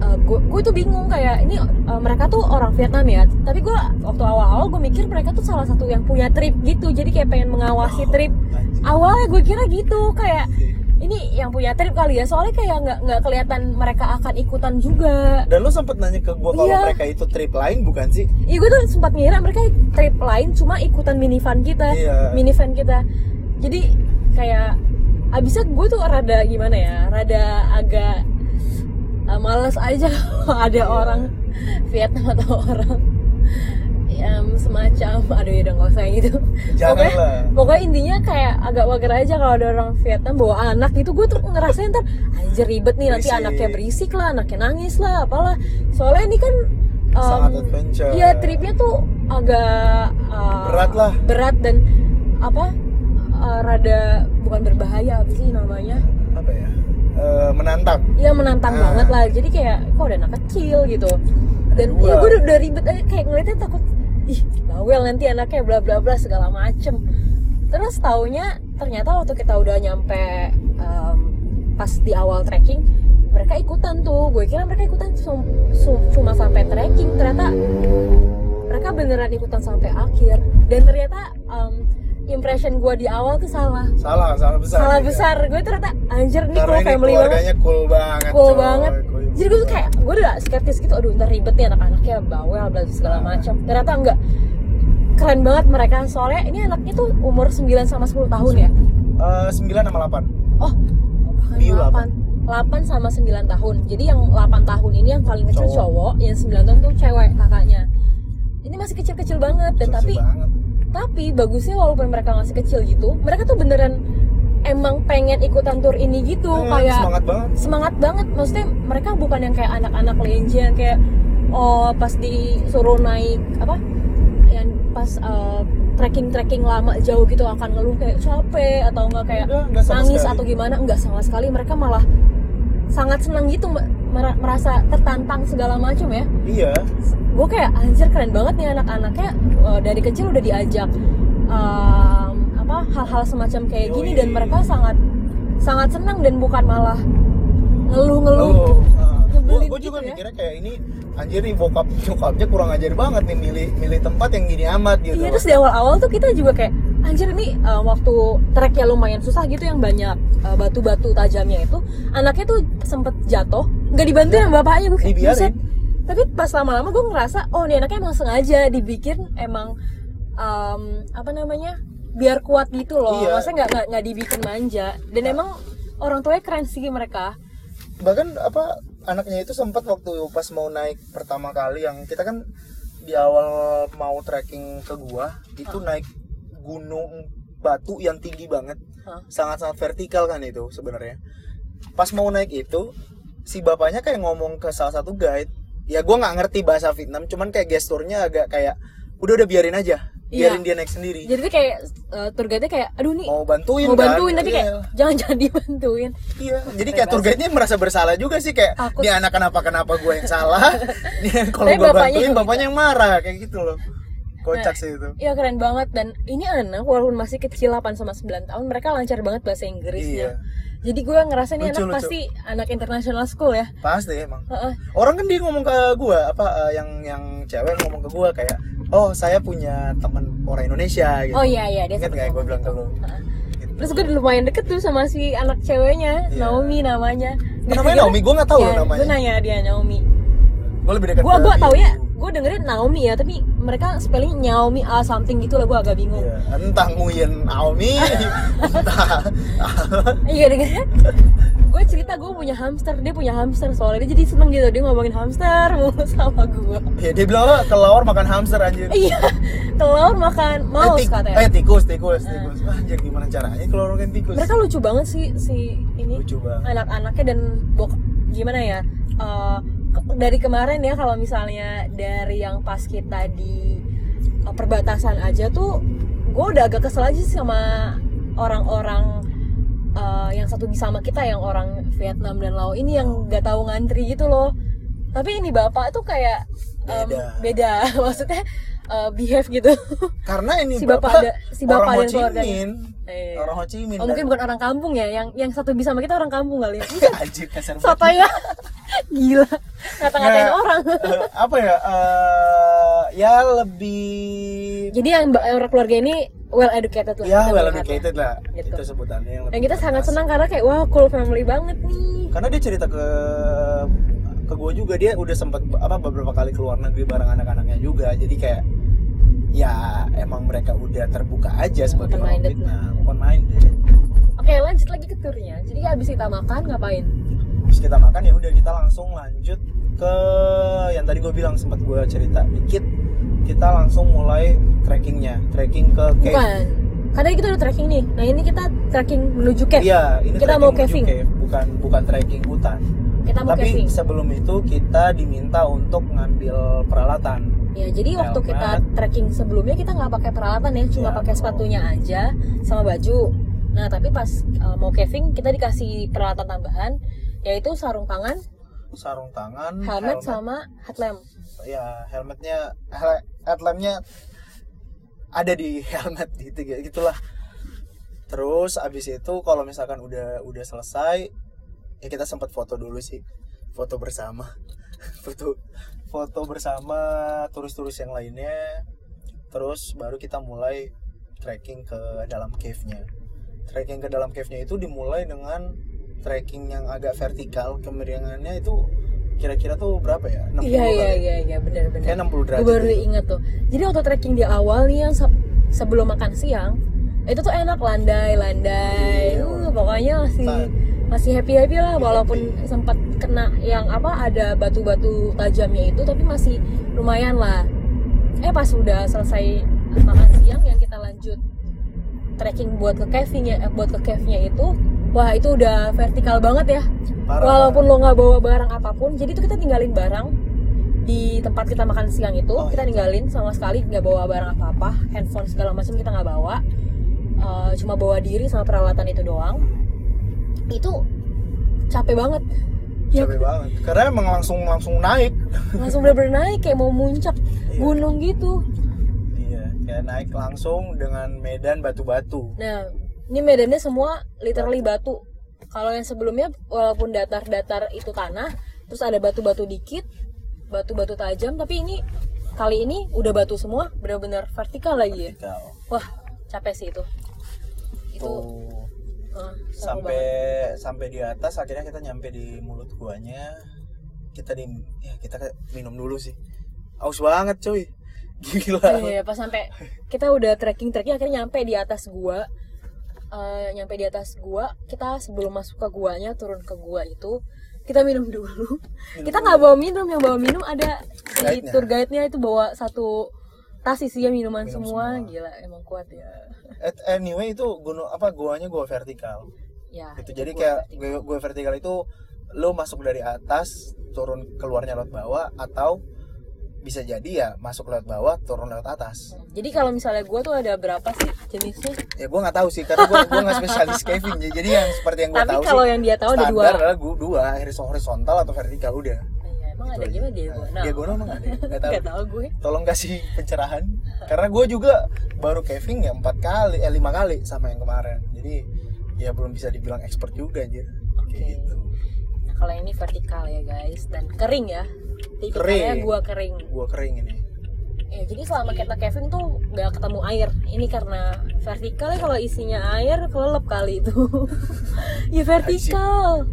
[SPEAKER 1] Eh, gue gue tuh bingung kayak ini eh, mereka tuh orang Vietnam ya. Tapi gue waktu awal-awal gue mikir mereka tuh salah satu yang punya trip gitu. Jadi kayak pengen mengawasi trip.
[SPEAKER 2] Anjing.
[SPEAKER 1] Awalnya gue kira gitu kayak ini yang punya trip kali ya. Soalnya kayak nggak nggak kelihatan mereka akan ikutan juga.
[SPEAKER 2] dan lu sempet nanya ke gue kalau
[SPEAKER 1] Iya.
[SPEAKER 2] mereka itu trip lain bukan sih
[SPEAKER 1] Iya gue tuh sempat ngira mereka trip lain cuma ikutan minivan kita,
[SPEAKER 2] Iya.
[SPEAKER 1] minivan kita. Jadi kayak abisnya gue tuh rada gimana ya, rada agak eh, males aja kalau ada
[SPEAKER 2] Iya.
[SPEAKER 1] orang Vietnam atau orang em, semacam aduh ya udah nggak usah yang gitu
[SPEAKER 2] Jangan
[SPEAKER 1] pokoknya,
[SPEAKER 2] lah.
[SPEAKER 1] pokoknya intinya kayak agak wajar aja kalau ada orang Vietnam bawa anak gitu gue tuh ngerasain ntar anjir ribet nih nanti
[SPEAKER 2] Berisik.
[SPEAKER 1] anaknya berisik lah anaknya nangis lah apalah soalnya ini kan em,
[SPEAKER 2] Sangat adventure.
[SPEAKER 1] Iya tripnya tuh agak uh,
[SPEAKER 2] Berat lah.
[SPEAKER 1] berat dan apa uh, rada bukan berbahaya apa sih namanya
[SPEAKER 2] apa ya Eh, menantang
[SPEAKER 1] ya menantang
[SPEAKER 2] Ah.
[SPEAKER 1] banget lah jadi kayak kok ada anak kecil gitu dan
[SPEAKER 2] dua.
[SPEAKER 1] ya gue udah, udah ribet aja kayak ngeliatnya takut ih bawel nanti anaknya bla bla bla segala macem terus taunya ternyata waktu kita udah nyampe em, pas di awal trekking mereka ikutan tuh gue kira mereka ikutan sum- sum- cuma sampai trekking ternyata mereka beneran ikutan sampai akhir dan ternyata em, impression gue di awal tuh salah
[SPEAKER 2] salah salah besar
[SPEAKER 1] salah
[SPEAKER 2] juga.
[SPEAKER 1] besar gue ternyata anjir nih cool
[SPEAKER 2] karena ini
[SPEAKER 1] family banget
[SPEAKER 2] keluarganya cool banget
[SPEAKER 1] cool
[SPEAKER 2] coy.
[SPEAKER 1] banget
[SPEAKER 2] Cool
[SPEAKER 1] jadi gue tuh kayak gue udah skeptis gitu aduh ntar ribet nih anak-anaknya bawel bla segala
[SPEAKER 2] Ah.
[SPEAKER 1] macam ternyata enggak keren banget mereka soalnya ini anaknya tuh umur 9 sama 10 tahun ya
[SPEAKER 2] Eh, 9 sama 8
[SPEAKER 1] oh
[SPEAKER 2] Bio
[SPEAKER 1] 8 8 sama 9 tahun jadi yang 8 tahun ini yang paling kecil cowok,
[SPEAKER 2] Cowok.
[SPEAKER 1] yang 9 tahun tuh cewek kakaknya ini masih kecil-kecil banget dan
[SPEAKER 2] Lucu
[SPEAKER 1] tapi
[SPEAKER 2] banget.
[SPEAKER 1] tapi bagusnya walaupun mereka masih kecil gitu mereka tuh beneran emang pengen ikutan tur ini gitu
[SPEAKER 2] Eh,
[SPEAKER 1] kayak
[SPEAKER 2] semangat banget
[SPEAKER 1] semangat banget maksudnya mereka bukan yang kayak anak-anak lenje yang kayak oh pas disuruh naik apa yang pas trekking trekking lama jauh gitu akan ngeluh kayak capek atau enggak kayak
[SPEAKER 2] Enggak, enggak sama
[SPEAKER 1] nangis
[SPEAKER 2] sekali.
[SPEAKER 1] atau gimana enggak sama sekali mereka malah sangat senang gitu me- mer- merasa tertantang segala macam ya
[SPEAKER 2] iya
[SPEAKER 1] gue kayak anjir keren banget nih anak-anaknya eh, dari kecil udah diajak em, apa hal-hal semacam kayak gini
[SPEAKER 2] Yoi.
[SPEAKER 1] dan mereka sangat sangat senang dan bukan malah
[SPEAKER 2] Lu,
[SPEAKER 1] ngeluh-ngeluh Nyebelin
[SPEAKER 2] gue
[SPEAKER 1] gitu
[SPEAKER 2] juga
[SPEAKER 1] ya.
[SPEAKER 2] mikirnya kayak ini anjir nih bokap nyokapnya kurang ajar banget nih milih milih tempat yang gini amat gitu.
[SPEAKER 1] Iya terus di awal-awal tuh kita juga kayak anjir nih eh, waktu treknya lumayan susah gitu yang banyak eh, batu-batu tajamnya itu anaknya tuh sempet jatuh nggak dibantu sama bapaknya gue kayak,
[SPEAKER 2] Iya. Dibiarin.
[SPEAKER 1] "Buset." tapi pas lama-lama gue ngerasa oh ini anaknya emang sengaja dibikin emang em, apa namanya biar kuat gitu loh
[SPEAKER 2] Iya.
[SPEAKER 1] maksudnya nggak nggak- nggak dibikin manja dan emang orang tuanya keren sih mereka
[SPEAKER 2] Bahkan apa anaknya itu sempat waktu pas mau naik pertama kali yang kita kan di awal mau trekking ke gua itu
[SPEAKER 1] Ah.
[SPEAKER 2] naik gunung batu yang tinggi banget
[SPEAKER 1] Hah?
[SPEAKER 2] sangat-sangat vertikal kan itu sebenarnya pas mau naik itu si bapaknya kayak ngomong ke salah satu guide ya gue nggak ngerti bahasa Vietnam cuman kayak gesturnya agak kayak udah udah biarin aja
[SPEAKER 1] Iya.
[SPEAKER 2] biarin dia naik sendiri
[SPEAKER 1] jadi tuh kayak eh, tour guide-nya kayak aduh nih
[SPEAKER 2] mau bantuin
[SPEAKER 1] mau
[SPEAKER 2] kan?
[SPEAKER 1] bantuin tapi
[SPEAKER 2] Iya.
[SPEAKER 1] kayak jangan jangan dibantuin
[SPEAKER 2] iya jadi kayak tour guide-nya merasa bersalah juga sih kayak
[SPEAKER 1] Takut.
[SPEAKER 2] ini anak kenapa kenapa gue yang salah Ini kalau
[SPEAKER 1] Tapi
[SPEAKER 2] gue
[SPEAKER 1] bapaknya
[SPEAKER 2] bantuin
[SPEAKER 1] juga.
[SPEAKER 2] bapaknya yang marah kayak gitu loh kocak sih itu
[SPEAKER 1] Iya keren banget dan ini anak walaupun masih kecil 8 sama 9 tahun mereka lancar banget bahasa Inggrisnya.
[SPEAKER 2] Iya.
[SPEAKER 1] Jadi gue ngerasa ini
[SPEAKER 2] Lucu,
[SPEAKER 1] anak
[SPEAKER 2] lucu.
[SPEAKER 1] pasti anak international school ya.
[SPEAKER 2] pasti emang
[SPEAKER 1] Heeh.
[SPEAKER 2] orang kan dia ngomong ke gua apa eh, yang yang cewek ngomong ke gua kayak oh saya punya teman orang Indonesia gitu
[SPEAKER 1] Oh iya iya dia.
[SPEAKER 2] Ingat
[SPEAKER 1] sempet
[SPEAKER 2] gak gue
[SPEAKER 1] ngomong
[SPEAKER 2] bilang ke
[SPEAKER 1] gitu.
[SPEAKER 2] lu?
[SPEAKER 1] Heeh. Terus gue lumayan deket tuh sama si anak ceweknya
[SPEAKER 2] Iya.
[SPEAKER 1] Naomi namanya.
[SPEAKER 2] Oh, namanya Naomi? Gua nggak tahu loh
[SPEAKER 1] Gue
[SPEAKER 2] namanya.
[SPEAKER 1] nanya dia Naomi.
[SPEAKER 2] Gue lebih dekat
[SPEAKER 1] Gue
[SPEAKER 2] ke
[SPEAKER 1] gue
[SPEAKER 2] dia.
[SPEAKER 1] tau ya. Gue dengerin Naomi ya tapi mereka spelling Naomi A something gitu lah gue agak bingung.
[SPEAKER 2] Iya, Entah nguyen Naomi Entah
[SPEAKER 1] Iya dengerin. gue cerita gue punya hamster dia punya hamster soalnya dia jadi seneng gitu dia ngomongin hamster mulu sama gue.
[SPEAKER 2] ya, Dia bilang lo ke lawar makan hamster anjir
[SPEAKER 1] Iya, telur makan maus
[SPEAKER 2] eh, tik-
[SPEAKER 1] katanya.
[SPEAKER 2] eh, tikus, tikus, tikus Wah, Anjir gimana caranya kalau orang makan tikus
[SPEAKER 1] Mereka lucu banget sih si ini
[SPEAKER 2] Lucu banget
[SPEAKER 1] anak-anaknya dan bok gimana ya? eh, ke- dari kemarin ya kalau misalnya dari yang pas kita di eh, perbatasan aja tuh gue udah agak kesel aja sih sama orang-orang eh, yang satu sama kita yang orang Vietnam dan Lao ini yang nggak tahu ngantri gitu loh. Tapi ini bapak tuh kayak em,
[SPEAKER 2] Beda.
[SPEAKER 1] beda. maksudnya eh, behave gitu.
[SPEAKER 2] Karena ini
[SPEAKER 1] Si bapak ada- si bapak dan
[SPEAKER 2] orang Ho Chi
[SPEAKER 1] keluarganya.
[SPEAKER 2] Minh
[SPEAKER 1] Eh.
[SPEAKER 2] Orang Ho Chi Minh
[SPEAKER 1] Oh, mungkin
[SPEAKER 2] dan-
[SPEAKER 1] bukan orang kampung ya, yang yang satu bisa sama kita orang kampung kali ya.
[SPEAKER 2] Anjir kasar banget.
[SPEAKER 1] Sotoy lah. Gila. Ngata-ngatain
[SPEAKER 2] Nah,
[SPEAKER 1] orang.
[SPEAKER 2] eh, Apa ya eh, Ya lebih
[SPEAKER 1] Jadi yang ba- orang keluarga ini well educated lah.
[SPEAKER 2] Ya
[SPEAKER 1] kita
[SPEAKER 2] well
[SPEAKER 1] melihatnya.
[SPEAKER 2] educated lah
[SPEAKER 1] Gitu.
[SPEAKER 2] Itu sebutannya yang
[SPEAKER 1] Dan
[SPEAKER 2] lebih
[SPEAKER 1] kita sangat
[SPEAKER 2] pantas.
[SPEAKER 1] senang karena kayak wah cool family banget nih.
[SPEAKER 2] karena dia cerita ke ke gue juga dia udah sempat apa beberapa kali keluar negeri bareng anak-anaknya juga jadi kayak ya emang mereka udah terbuka aja sebagai orang
[SPEAKER 1] Open-minded
[SPEAKER 2] Vietnam open minded
[SPEAKER 1] Oke, lanjut lagi ke turnya. Jadi habis kita makan ngapain?
[SPEAKER 2] terus kita makan ya udah kita langsung lanjut ke yang tadi gue bilang sempat gue cerita dikit kita langsung mulai trekkingnya trekking ke cave
[SPEAKER 1] Bukan. Karena kita udah trekking nih. Nah, ini kita trekking menuju cave.
[SPEAKER 2] iya ini
[SPEAKER 1] Kita
[SPEAKER 2] trekking
[SPEAKER 1] mau
[SPEAKER 2] menuju
[SPEAKER 1] caving.
[SPEAKER 2] cave, bukan bukan trekking hutan
[SPEAKER 1] Kita mau
[SPEAKER 2] tapi
[SPEAKER 1] caving.
[SPEAKER 2] sebelum itu kita diminta untuk ngambil peralatan
[SPEAKER 1] Ya, jadi waktu
[SPEAKER 2] Helmet.
[SPEAKER 1] kita trekking sebelumnya kita nggak pakai peralatan ya, cuma
[SPEAKER 2] Ya,
[SPEAKER 1] pakai
[SPEAKER 2] betul.
[SPEAKER 1] sepatunya aja sama baju. Nah, tapi pas uh, mau caving kita dikasih peralatan tambahan yaitu sarung tangan,
[SPEAKER 2] sarung tangan
[SPEAKER 1] helmet, sama headlamp.
[SPEAKER 2] ya helmetnya hel- headlampnya ada di helmet gitu gitulah terus abis itu kalau misalkan udah udah selesai ya kita sempat foto dulu sih foto bersama foto foto bersama turis-turis yang lainnya terus baru kita mulai trekking ke dalam cave-nya trekking ke dalam cave-nya itu dimulai dengan trekking yang agak vertikal kemiringannya itu kira-kira tuh berapa ya
[SPEAKER 1] Iya
[SPEAKER 2] 60
[SPEAKER 1] iya
[SPEAKER 2] kali
[SPEAKER 1] iya iya benar benar.
[SPEAKER 2] kayak 60
[SPEAKER 1] Gue
[SPEAKER 2] derajat
[SPEAKER 1] baru inget tuh. Jadi waktu trekking di awal nih yang se- sebelum makan siang itu tuh enak landai landai.
[SPEAKER 2] Iya.
[SPEAKER 1] Uh, pokoknya masih
[SPEAKER 2] Nah.
[SPEAKER 1] masih happy happy lah
[SPEAKER 2] Happy.
[SPEAKER 1] walaupun sempat kena yang apa ada batu-batu tajamnya itu tapi masih lumayan lah. Eh pas udah selesai makan siang yang kita lanjut trekking buat ke cave-nya eh, buat ke cave-nya itu wah itu udah vertikal banget ya
[SPEAKER 2] Parah.
[SPEAKER 1] walaupun lo nggak bawa barang apapun jadi tuh kita tinggalin barang di tempat kita makan siang itu
[SPEAKER 2] Oh,
[SPEAKER 1] kita
[SPEAKER 2] iya.
[SPEAKER 1] tinggalin sama sekali nggak bawa barang apa apa handphone segala macam kita nggak bawa Eh, cuma bawa diri sama peralatan itu doang itu capek banget ya
[SPEAKER 2] capek banget karena emang langsung langsung naik
[SPEAKER 1] langsung bener-bener naik kayak mau muncak
[SPEAKER 2] Iya.
[SPEAKER 1] gunung gitu
[SPEAKER 2] iya kayak naik langsung dengan medan batu-batu
[SPEAKER 1] nah ini medannya semua literally batu kalau yang sebelumnya walaupun datar-datar itu tanah terus ada batu-batu dikit batu-batu tajam tapi ini kali ini udah batu semua benar-benar vertikal lagi ya
[SPEAKER 2] Vertikal.
[SPEAKER 1] wah capek sih itu itu
[SPEAKER 2] tuh
[SPEAKER 1] eh, seru
[SPEAKER 2] Oh, sampai
[SPEAKER 1] banget.
[SPEAKER 2] sampai di atas akhirnya kita nyampe di mulut guanya kita di ya kita ke- minum dulu sih haus banget cuy gila
[SPEAKER 1] Iya, pas sampai kita udah trekking trekking akhirnya nyampe di atas gua. Eh, nyampe di atas gua, kita sebelum masuk ke guanya turun ke gua itu kita minum dulu. kita nggak bawa minum, yang bawa minum ada si
[SPEAKER 2] Guide-nya.
[SPEAKER 1] tour guide-nya itu bawa satu tas isinya minuman
[SPEAKER 2] Minum
[SPEAKER 1] semua.
[SPEAKER 2] semua.
[SPEAKER 1] Gila, emang kuat ya.
[SPEAKER 2] At- anyway itu gunung apa guanya gua vertikal
[SPEAKER 1] Ya.
[SPEAKER 2] gitu jadi
[SPEAKER 1] gua
[SPEAKER 2] kayak
[SPEAKER 1] berarti.
[SPEAKER 2] gue gue vertikal itu lo masuk dari atas turun keluarnya lewat bawah atau bisa jadi ya masuk lewat bawah turun lewat atas
[SPEAKER 1] Jadi kalau misalnya gua tuh ada berapa sih jenisnya?
[SPEAKER 2] ya gue nggak tahu sih karena gue gue nggak spesialis caving ya. jadi yang seperti yang gue
[SPEAKER 1] Tapi
[SPEAKER 2] tahu
[SPEAKER 1] kalau
[SPEAKER 2] sih
[SPEAKER 1] yang dia tahu ada
[SPEAKER 2] standar
[SPEAKER 1] dua.
[SPEAKER 2] adalah gue dua horis- horizontal atau vertikal udah
[SPEAKER 1] Iya, emang
[SPEAKER 2] Gitu
[SPEAKER 1] ada
[SPEAKER 2] aja.
[SPEAKER 1] gimana dia
[SPEAKER 2] Nah, diagonal emang ada nggak tahu
[SPEAKER 1] Gak tahu gue.
[SPEAKER 2] tolong kasih pencerahan karena gue juga baru caving ya empat kali eh lima kali sama yang kemarin jadi ya belum bisa dibilang expert juga anjir
[SPEAKER 1] Oke.
[SPEAKER 2] kayak gitu
[SPEAKER 1] Nah, kalau ini vertikal ya guys dan kering ya. Tipikalnya
[SPEAKER 2] Kering.
[SPEAKER 1] gua kering.
[SPEAKER 2] gue kering ini
[SPEAKER 1] Ya, jadi selama kita caving tuh nggak ketemu air. Ini karena vertikal ya kalau isinya air kelelep kali itu. ya vertikal.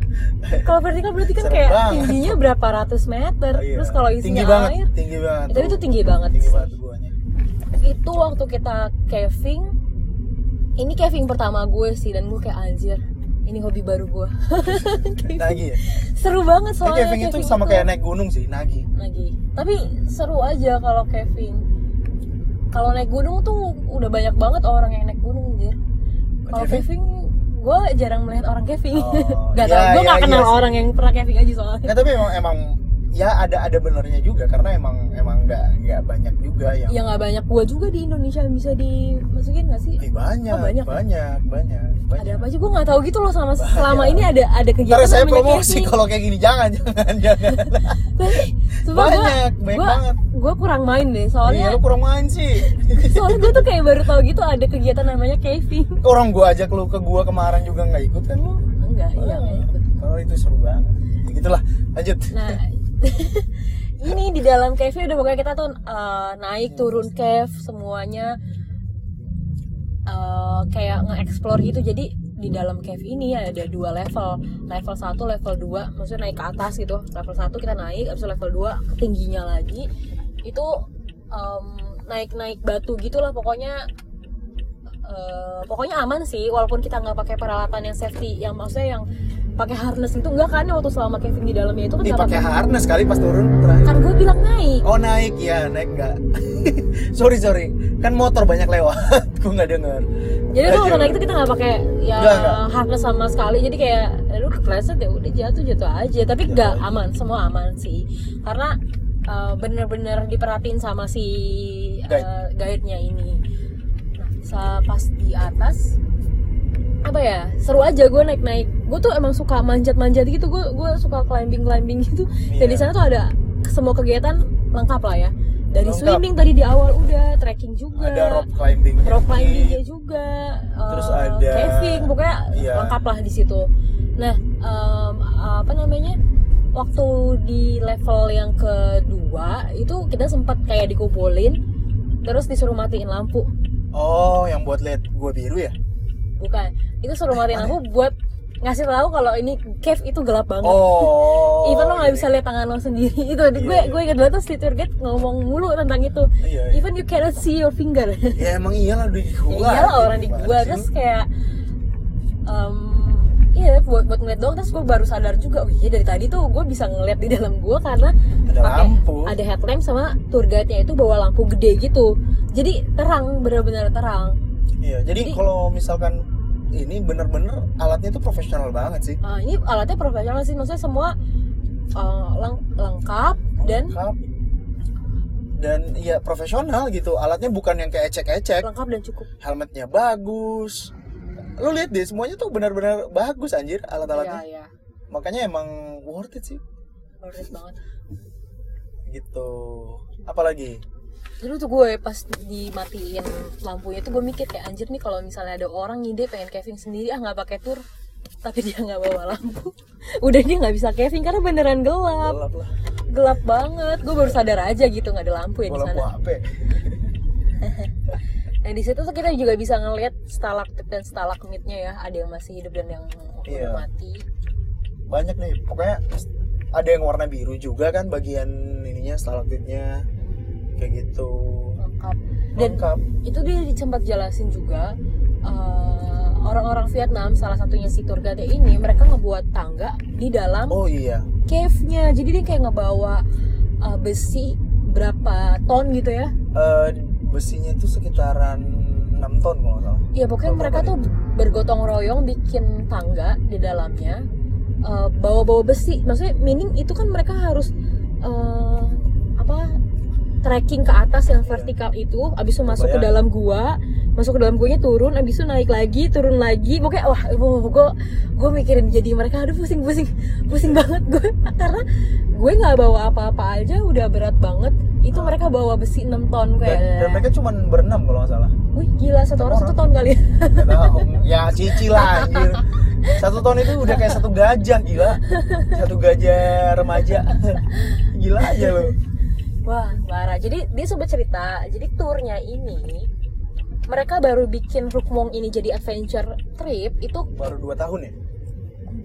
[SPEAKER 1] Kalau vertikal berarti kan
[SPEAKER 2] Serem
[SPEAKER 1] kayak
[SPEAKER 2] banget.
[SPEAKER 1] tingginya berapa ratus meter.
[SPEAKER 2] Oh, iya.
[SPEAKER 1] Terus kalau
[SPEAKER 2] tinggi
[SPEAKER 1] isinya
[SPEAKER 2] banget
[SPEAKER 1] air,
[SPEAKER 2] tinggi banget
[SPEAKER 1] Ya, tapi itu tinggi banget
[SPEAKER 2] tinggi
[SPEAKER 1] sih.
[SPEAKER 2] banget guanya
[SPEAKER 1] itu waktu kita caving. Ini caving pertama gue sih dan gue kayak anjir. Ini hobi baru gue.
[SPEAKER 2] nagi ya
[SPEAKER 1] Seru banget
[SPEAKER 2] Ini
[SPEAKER 1] soalnya gitu
[SPEAKER 2] caving itu sama kayak naik gunung sih nagi
[SPEAKER 1] lagi tapi seru aja kalau caving kalau naik gunung tuh udah banyak banget orang yang naik gunung anjir kalau
[SPEAKER 2] Caving?
[SPEAKER 1] caving gue jarang melihat orang caving
[SPEAKER 2] Oh,
[SPEAKER 1] nggak
[SPEAKER 2] iya,
[SPEAKER 1] tahu gue
[SPEAKER 2] iya,
[SPEAKER 1] nggak
[SPEAKER 2] iya
[SPEAKER 1] kenal
[SPEAKER 2] sih.
[SPEAKER 1] orang yang pernah caving aja soalnya
[SPEAKER 2] Nggak, tapi emang emang ya ada ada benernya juga karena emang emang nggak nggak banyak juga yang
[SPEAKER 1] ya nggak banyak gue juga di Indonesia yang bisa dimasukin nggak sih
[SPEAKER 2] Ih, banyak,
[SPEAKER 1] Oh, banyak.
[SPEAKER 2] banyak banyak Iya, banyak
[SPEAKER 1] ada apa aja gue nggak tahu gitu loh sama selama ini ada ada
[SPEAKER 2] Ntar
[SPEAKER 1] kegiatan
[SPEAKER 2] saya
[SPEAKER 1] namanya
[SPEAKER 2] promosi
[SPEAKER 1] caving.
[SPEAKER 2] kalau kayak gini jangan jangan jangan banyak banyak
[SPEAKER 1] gue
[SPEAKER 2] banget
[SPEAKER 1] gue kurang main deh
[SPEAKER 2] iya
[SPEAKER 1] soalnya
[SPEAKER 2] lu kurang main sih
[SPEAKER 1] soalnya gue tuh kayak baru tahu gitu ada kegiatan namanya caving
[SPEAKER 2] orang gua ajak lu ke gua kemarin juga nggak ikut kan lu
[SPEAKER 1] enggak iya nggak ikut
[SPEAKER 2] kalau itu seru banget ya, gitulah lanjut
[SPEAKER 1] Nah, ini di dalam cave udah pokoknya kita tuh eh, naik turun cave semuanya eh, kayak nge-explore gitu. Jadi di dalam cave ini ada dua level, level 1, level 2. Maksudnya naik ke atas gitu. Level 1 kita naik, habis itu level 2 ketingginya lagi. Itu em, naik-naik batu gitulah pokoknya eh, pokoknya aman sih walaupun kita nggak pakai peralatan yang safety yang maksudnya yang pakai harness itu enggak kan waktu selama caving di dalamnya itu kan
[SPEAKER 2] nih
[SPEAKER 1] nggak
[SPEAKER 2] pakai
[SPEAKER 1] pakai
[SPEAKER 2] harness kali pas turun terakhir.
[SPEAKER 1] kan gue bilang naik
[SPEAKER 2] oh naik ya naik nggak sorry sorry kan motor banyak lewat gua nggak denger
[SPEAKER 1] jadi tuh waktu
[SPEAKER 2] Lanjut.
[SPEAKER 1] naik itu kita nggak pakai ya
[SPEAKER 2] Nggak, nggak.
[SPEAKER 1] harness sama sekali jadi kayak aduh kepleset ya udah jatuh jatuh aja tapi
[SPEAKER 2] Jatuh
[SPEAKER 1] nggak
[SPEAKER 2] aja.
[SPEAKER 1] aman semua aman sih karena eh, bener-bener diperhatiin sama si eh, guide-nya ini nah sa- pas di atas apa ya seru aja gue naik naik gue tuh emang suka manjat manjat gitu gue gue suka climbing climbing gitu dan
[SPEAKER 2] Iya.
[SPEAKER 1] di sana tuh ada semua kegiatan lengkap lah ya dari
[SPEAKER 2] Lengkap.
[SPEAKER 1] swimming tadi di awal udah trekking juga
[SPEAKER 2] ada rock climbing
[SPEAKER 1] Iya. rock climbingnya juga
[SPEAKER 2] Terus
[SPEAKER 1] eh,
[SPEAKER 2] ada-
[SPEAKER 1] caving pokoknya
[SPEAKER 2] Iya.
[SPEAKER 1] lengkap lah di situ nah em, apa namanya waktu di level yang kedua itu kita sempat kayak dikumpulin terus disuruh matiin lampu
[SPEAKER 2] oh yang buat lihat gua biru ya
[SPEAKER 1] bukan itu suruh matiin lampu buat ngasih tahu kalau ini cave itu gelap banget
[SPEAKER 2] oh
[SPEAKER 1] even lo nggak
[SPEAKER 2] iya,
[SPEAKER 1] bisa lihat tangan lo sendiri itu
[SPEAKER 2] Iya,
[SPEAKER 1] gue
[SPEAKER 2] iya.
[SPEAKER 1] gue ingat banget tuh si tour guide ngomong mulu tentang itu
[SPEAKER 2] iya, iya.
[SPEAKER 1] even you cannot see your finger
[SPEAKER 2] ya emang iyalah di
[SPEAKER 1] ya
[SPEAKER 2] gua
[SPEAKER 1] iyalah orang di
[SPEAKER 2] Gimana
[SPEAKER 1] gua
[SPEAKER 2] sih
[SPEAKER 1] terus
[SPEAKER 2] lu?
[SPEAKER 1] kayak em, iya buat buat ngeliat doang terus gue baru sadar juga oh iya dari tadi tuh gue bisa ngeliat di dalam gua karena
[SPEAKER 2] Ada lampu.
[SPEAKER 1] ada headlamp sama tour guide nya itu bawa lampu gede gitu jadi terang bener-bener terang
[SPEAKER 2] iya jadi
[SPEAKER 1] Jadi-
[SPEAKER 2] kalau misalkan ini bener-bener alatnya tuh profesional banget sih
[SPEAKER 1] Eh, ini alatnya profesional sih maksudnya semua eh, leng- lengkap dan
[SPEAKER 2] Lengkap. dan ya profesional gitu alatnya bukan yang kayak ecek-ecek
[SPEAKER 1] lengkap dan cukup
[SPEAKER 2] helmetnya bagus lu lihat deh semuanya tuh benar-benar bagus anjir alat-alatnya
[SPEAKER 1] Iya, iya.
[SPEAKER 2] makanya emang worth it sih
[SPEAKER 1] Worth it banget.
[SPEAKER 2] gitu apalagi
[SPEAKER 1] Dulu tuh gue pas dimatiin lampunya tuh gue mikir kayak anjir nih kalau misalnya ada orang ngide pengen caving sendiri ah nggak pakai tur tapi dia nggak bawa lampu udah dia nggak bisa caving karena beneran gelap
[SPEAKER 2] gelap lah
[SPEAKER 1] gelap banget gue baru sadar aja gitu nggak ada lampu ya di
[SPEAKER 2] bola
[SPEAKER 1] sana
[SPEAKER 2] HP
[SPEAKER 1] nah di situ tuh kita juga bisa ngelihat stalaktit dan stalagmitnya ya ada yang masih hidup dan yang
[SPEAKER 2] Iya.
[SPEAKER 1] udah mati
[SPEAKER 2] banyak nih pokoknya ada yang warna biru juga kan bagian ininya stalaktitnya kayak gitu
[SPEAKER 1] lengkap dan
[SPEAKER 2] lengkap
[SPEAKER 1] itu dia sempat jelasin juga eh, orang-orang Vietnam salah satunya si tour guide ini mereka ngebuat tangga di dalam
[SPEAKER 2] oh iya
[SPEAKER 1] cave-nya jadi dia kayak ngebawa eh, besi berapa ton gitu ya
[SPEAKER 2] Eh, besinya tuh sekitaran 6 ton kalau nggak salah
[SPEAKER 1] ya pokoknya
[SPEAKER 2] Berapa
[SPEAKER 1] mereka
[SPEAKER 2] ton?
[SPEAKER 1] tuh bergotong royong bikin tangga di dalamnya eh, bawa-bawa besi maksudnya meaning itu kan mereka harus eh, apa trekking ke atas yang vertikal itu abis itu masuk ke
[SPEAKER 2] Iya.
[SPEAKER 1] dalam
[SPEAKER 2] Kebayang.
[SPEAKER 1] gua masuk ke dalam guanya turun abis itu naik lagi turun lagi pokoknya wah gue gue mikirin jadi mereka aduh pusing pusing pusing banget gue karena gue nggak bawa apa-apa aja udah berat banget itu mereka bawa besi 6 ton
[SPEAKER 2] Ah. dan, dan
[SPEAKER 1] kayak
[SPEAKER 2] mereka cuma berenam kalau nggak salah
[SPEAKER 1] wih gila satu orang satu ton kali ya
[SPEAKER 2] Nggak tahu. ya cici lah anjir. Satu ton itu udah kayak satu gajah gila. Satu gajah remaja. Gila aja lo.
[SPEAKER 1] Wah, parah. Jadi dia sempat cerita, jadi turnya ini mereka baru bikin Rukmong ini jadi adventure trip itu
[SPEAKER 2] Baru 2 tahun ya?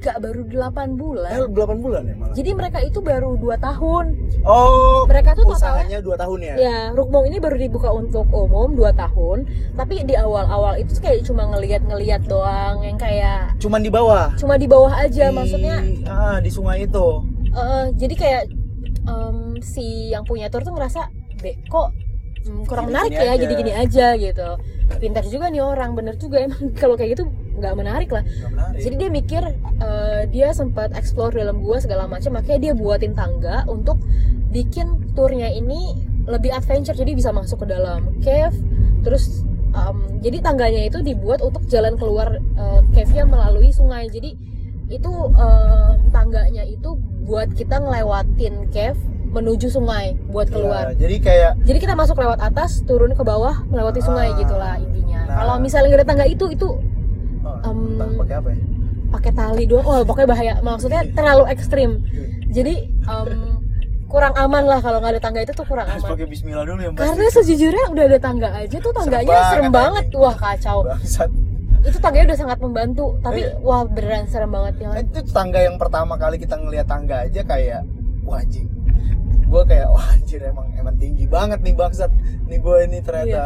[SPEAKER 1] gak baru 8
[SPEAKER 2] Eh,
[SPEAKER 1] bulan.
[SPEAKER 2] 8 bulan ya malah.
[SPEAKER 1] Jadi mereka itu baru 2 tahun.
[SPEAKER 2] Oh,
[SPEAKER 1] Mereka tuh totalnya
[SPEAKER 2] usahanya 2 tahun ya?
[SPEAKER 1] ya Rukmong ini baru dibuka untuk umum 2 tahun, tapi di awal-awal itu kayak cuma ngeliat-ngeliat doang yang kayak
[SPEAKER 2] Cuman di bawah.
[SPEAKER 1] cuma di bawah aja
[SPEAKER 2] Di-
[SPEAKER 1] Iya, maksudnya
[SPEAKER 2] ah, di sungai itu.
[SPEAKER 1] eh, jadi kayak em, si yang punya tour tuh ngerasa be kok mm, kurang
[SPEAKER 2] Gini-gini
[SPEAKER 1] menarik ya
[SPEAKER 2] aja."
[SPEAKER 1] jadi gini aja gitu pintar juga nih orang bener juga emang kalau kayak gitu nggak menarik lah
[SPEAKER 2] Nggak menarik.
[SPEAKER 1] jadi dia mikir eh, dia sempat explore dalam gua segala macam makanya dia buatin tangga untuk bikin turnya ini lebih adventure jadi bisa masuk ke dalam cave terus em, jadi tangganya itu dibuat untuk jalan keluar eh, cave-nya melalui sungai jadi itu em, tangganya itu buat kita ngelewatin cave menuju sungai buat
[SPEAKER 2] Ya,
[SPEAKER 1] keluar
[SPEAKER 2] jadi kayak
[SPEAKER 1] jadi kita masuk lewat atas turun ke bawah melewati sungai
[SPEAKER 2] Ah,
[SPEAKER 1] gitulah intinya
[SPEAKER 2] nah.
[SPEAKER 1] kalau misalnya nggak ada tangga itu itu
[SPEAKER 2] oh,
[SPEAKER 1] Em,
[SPEAKER 2] entah pakai apa ya?
[SPEAKER 1] pakai tali doang oh pokoknya bahaya maksudnya terlalu ekstrim jadi em, kurang aman lah kalau nggak ada tangga itu tuh kurang
[SPEAKER 2] Harus
[SPEAKER 1] aman
[SPEAKER 2] pakai bismillah dulu ya, yang
[SPEAKER 1] karena sejujurnya udah ada tangga aja tuh tangganya
[SPEAKER 2] Serem
[SPEAKER 1] serem banget
[SPEAKER 2] banget, anjing.
[SPEAKER 1] wah kacau
[SPEAKER 2] Bangsat.
[SPEAKER 1] itu tangganya udah sangat membantu tapi
[SPEAKER 2] Iya.
[SPEAKER 1] wah beneran serem banget ya
[SPEAKER 2] Nah, itu tangga yang pertama kali kita ngelihat tangga aja kayak wah anjing gue kayak wah anjir emang emang tinggi banget nih bangsat nih gue ini
[SPEAKER 1] Iya.
[SPEAKER 2] ternyata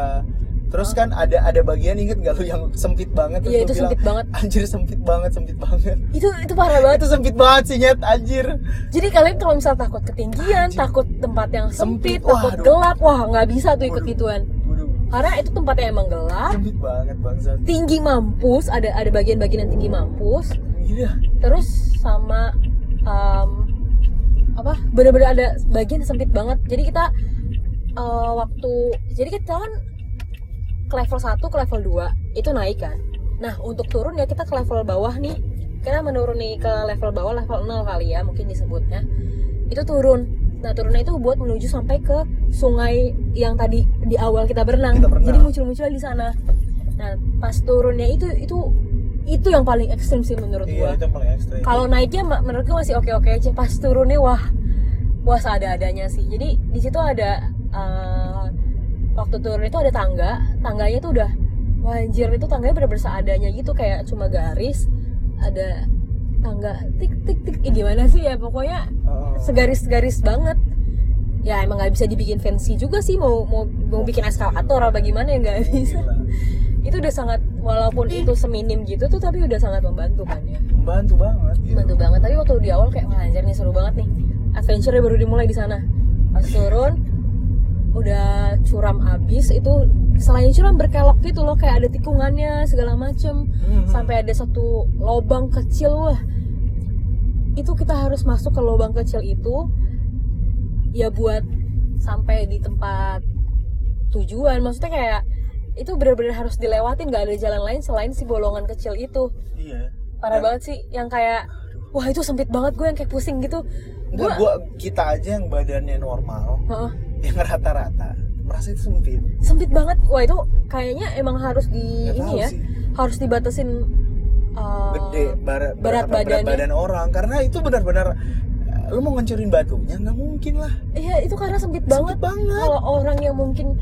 [SPEAKER 2] terus kan ada ada bagian inget gak lu yang sempit banget
[SPEAKER 1] Iya,
[SPEAKER 2] terus lu
[SPEAKER 1] itu
[SPEAKER 2] bilang,
[SPEAKER 1] sempit banget.
[SPEAKER 2] anjir sempit banget sempit banget
[SPEAKER 1] itu itu parah banget
[SPEAKER 2] itu sempit banget sih nyet anjir
[SPEAKER 1] jadi kalian kalau misal takut ketinggian
[SPEAKER 2] Anjing.
[SPEAKER 1] takut tempat yang sempit,
[SPEAKER 2] Sempit, wah,
[SPEAKER 1] takut
[SPEAKER 2] aduh.
[SPEAKER 1] gelap wah nggak bisa tuh ikut
[SPEAKER 2] Waduh.
[SPEAKER 1] gituan
[SPEAKER 2] Waduh,
[SPEAKER 1] karena itu tempatnya emang gelap
[SPEAKER 2] sempit banget bangsat
[SPEAKER 1] tinggi mampus ada ada bagian-bagian yang tinggi mampus
[SPEAKER 2] gila
[SPEAKER 1] terus sama em, apa bener-bener ada bagian sempit banget jadi kita eh, waktu jadi kita kan ke level 1 ke level 2 itu naik kan nah untuk turun ya kita ke level bawah nih kita menuruni ke level bawah level 0 kali ya mungkin disebutnya itu turun Nah turunnya itu buat menuju sampai ke sungai yang tadi di awal kita berenang.
[SPEAKER 2] Kita berenang.
[SPEAKER 1] Jadi muncul-muncul di sana. Nah pas turunnya itu itu itu yang paling ekstrim sih menurut
[SPEAKER 2] iya
[SPEAKER 1] gua.
[SPEAKER 2] itu yang paling ekstrim
[SPEAKER 1] Kalau naiknya ma- menurut gua masih oke-oke aja. Pas turunnya wah wah ada-adanya sih. Jadi di situ ada eh, waktu turun itu ada tangga. Tangganya itu udah wajir itu tangganya bener-bener seadanya gitu kayak cuma garis ada tangga tik tik tik Ih, gimana sih ya pokoknya
[SPEAKER 2] Heeh.
[SPEAKER 1] segaris-garis banget ya emang nggak bisa dibikin fancy juga sih mau mau mau bikin eskalator apa gimana ya nggak bisa
[SPEAKER 2] Gila.
[SPEAKER 1] itu udah sangat walaupun itu seminim gitu tuh tapi udah sangat membantu kan ya
[SPEAKER 2] membantu banget gitu.
[SPEAKER 1] membantu banget tapi waktu di awal kayak wah anjir nih seru banget nih adventure baru dimulai di sana pas turun udah curam abis itu selain curam berkelok gitu loh kayak ada tikungannya segala macem
[SPEAKER 2] Mhm.
[SPEAKER 1] sampai ada satu lobang kecil wah itu kita harus masuk ke lubang kecil itu ya buat sampai di tempat tujuan maksudnya kayak itu bener-bener harus dilewatin nggak ada jalan lain selain si bolongan kecil itu
[SPEAKER 2] iya
[SPEAKER 1] parah
[SPEAKER 2] Dan-
[SPEAKER 1] banget sih yang kayak wah itu sempit banget gue yang kayak pusing gitu Gua-
[SPEAKER 2] Enggak, gua kita aja yang badannya normal
[SPEAKER 1] Heeh.
[SPEAKER 2] yang rata-rata merasa itu sempit
[SPEAKER 1] sempit banget wah itu kayaknya emang harus di
[SPEAKER 2] Nggak
[SPEAKER 1] ini
[SPEAKER 2] tahu
[SPEAKER 1] ya
[SPEAKER 2] sih.
[SPEAKER 1] harus dibatasin uh,
[SPEAKER 2] gede bara-
[SPEAKER 1] berat
[SPEAKER 2] berapa berat
[SPEAKER 1] badannya.
[SPEAKER 2] badan orang karena itu benar-benar eh, lu mau ngancurin batunya nggak mungkin lah
[SPEAKER 1] iya itu karena sempit banget
[SPEAKER 2] Sempit banget
[SPEAKER 1] kalau orang yang mungkin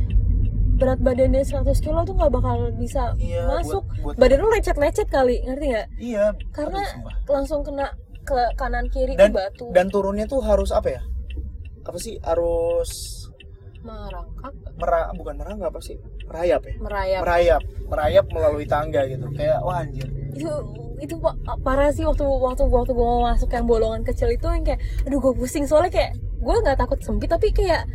[SPEAKER 1] berat badannya 100 kilo tuh nggak bakal bisa
[SPEAKER 2] Iya,
[SPEAKER 1] masuk
[SPEAKER 2] buat- buat-
[SPEAKER 1] badan lu lecet-lecet kali ngerti nggak
[SPEAKER 2] iya
[SPEAKER 1] karena
[SPEAKER 2] aduh, sumpah.
[SPEAKER 1] langsung kena ke kanan kiri
[SPEAKER 2] dan
[SPEAKER 1] ke batu
[SPEAKER 2] dan turunnya tuh harus apa ya apa sih harus
[SPEAKER 1] merangkak
[SPEAKER 2] mera bukan merangkak apa sih merayap ya
[SPEAKER 1] merayap
[SPEAKER 2] merayap merayap melalui tangga gitu kayak wah anjir
[SPEAKER 1] itu itu pa- parah sih waktu waktu waktu gue mau masuk yang bolongan kecil itu yang kayak aduh gue pusing soalnya kayak gue nggak takut sempit tapi kayak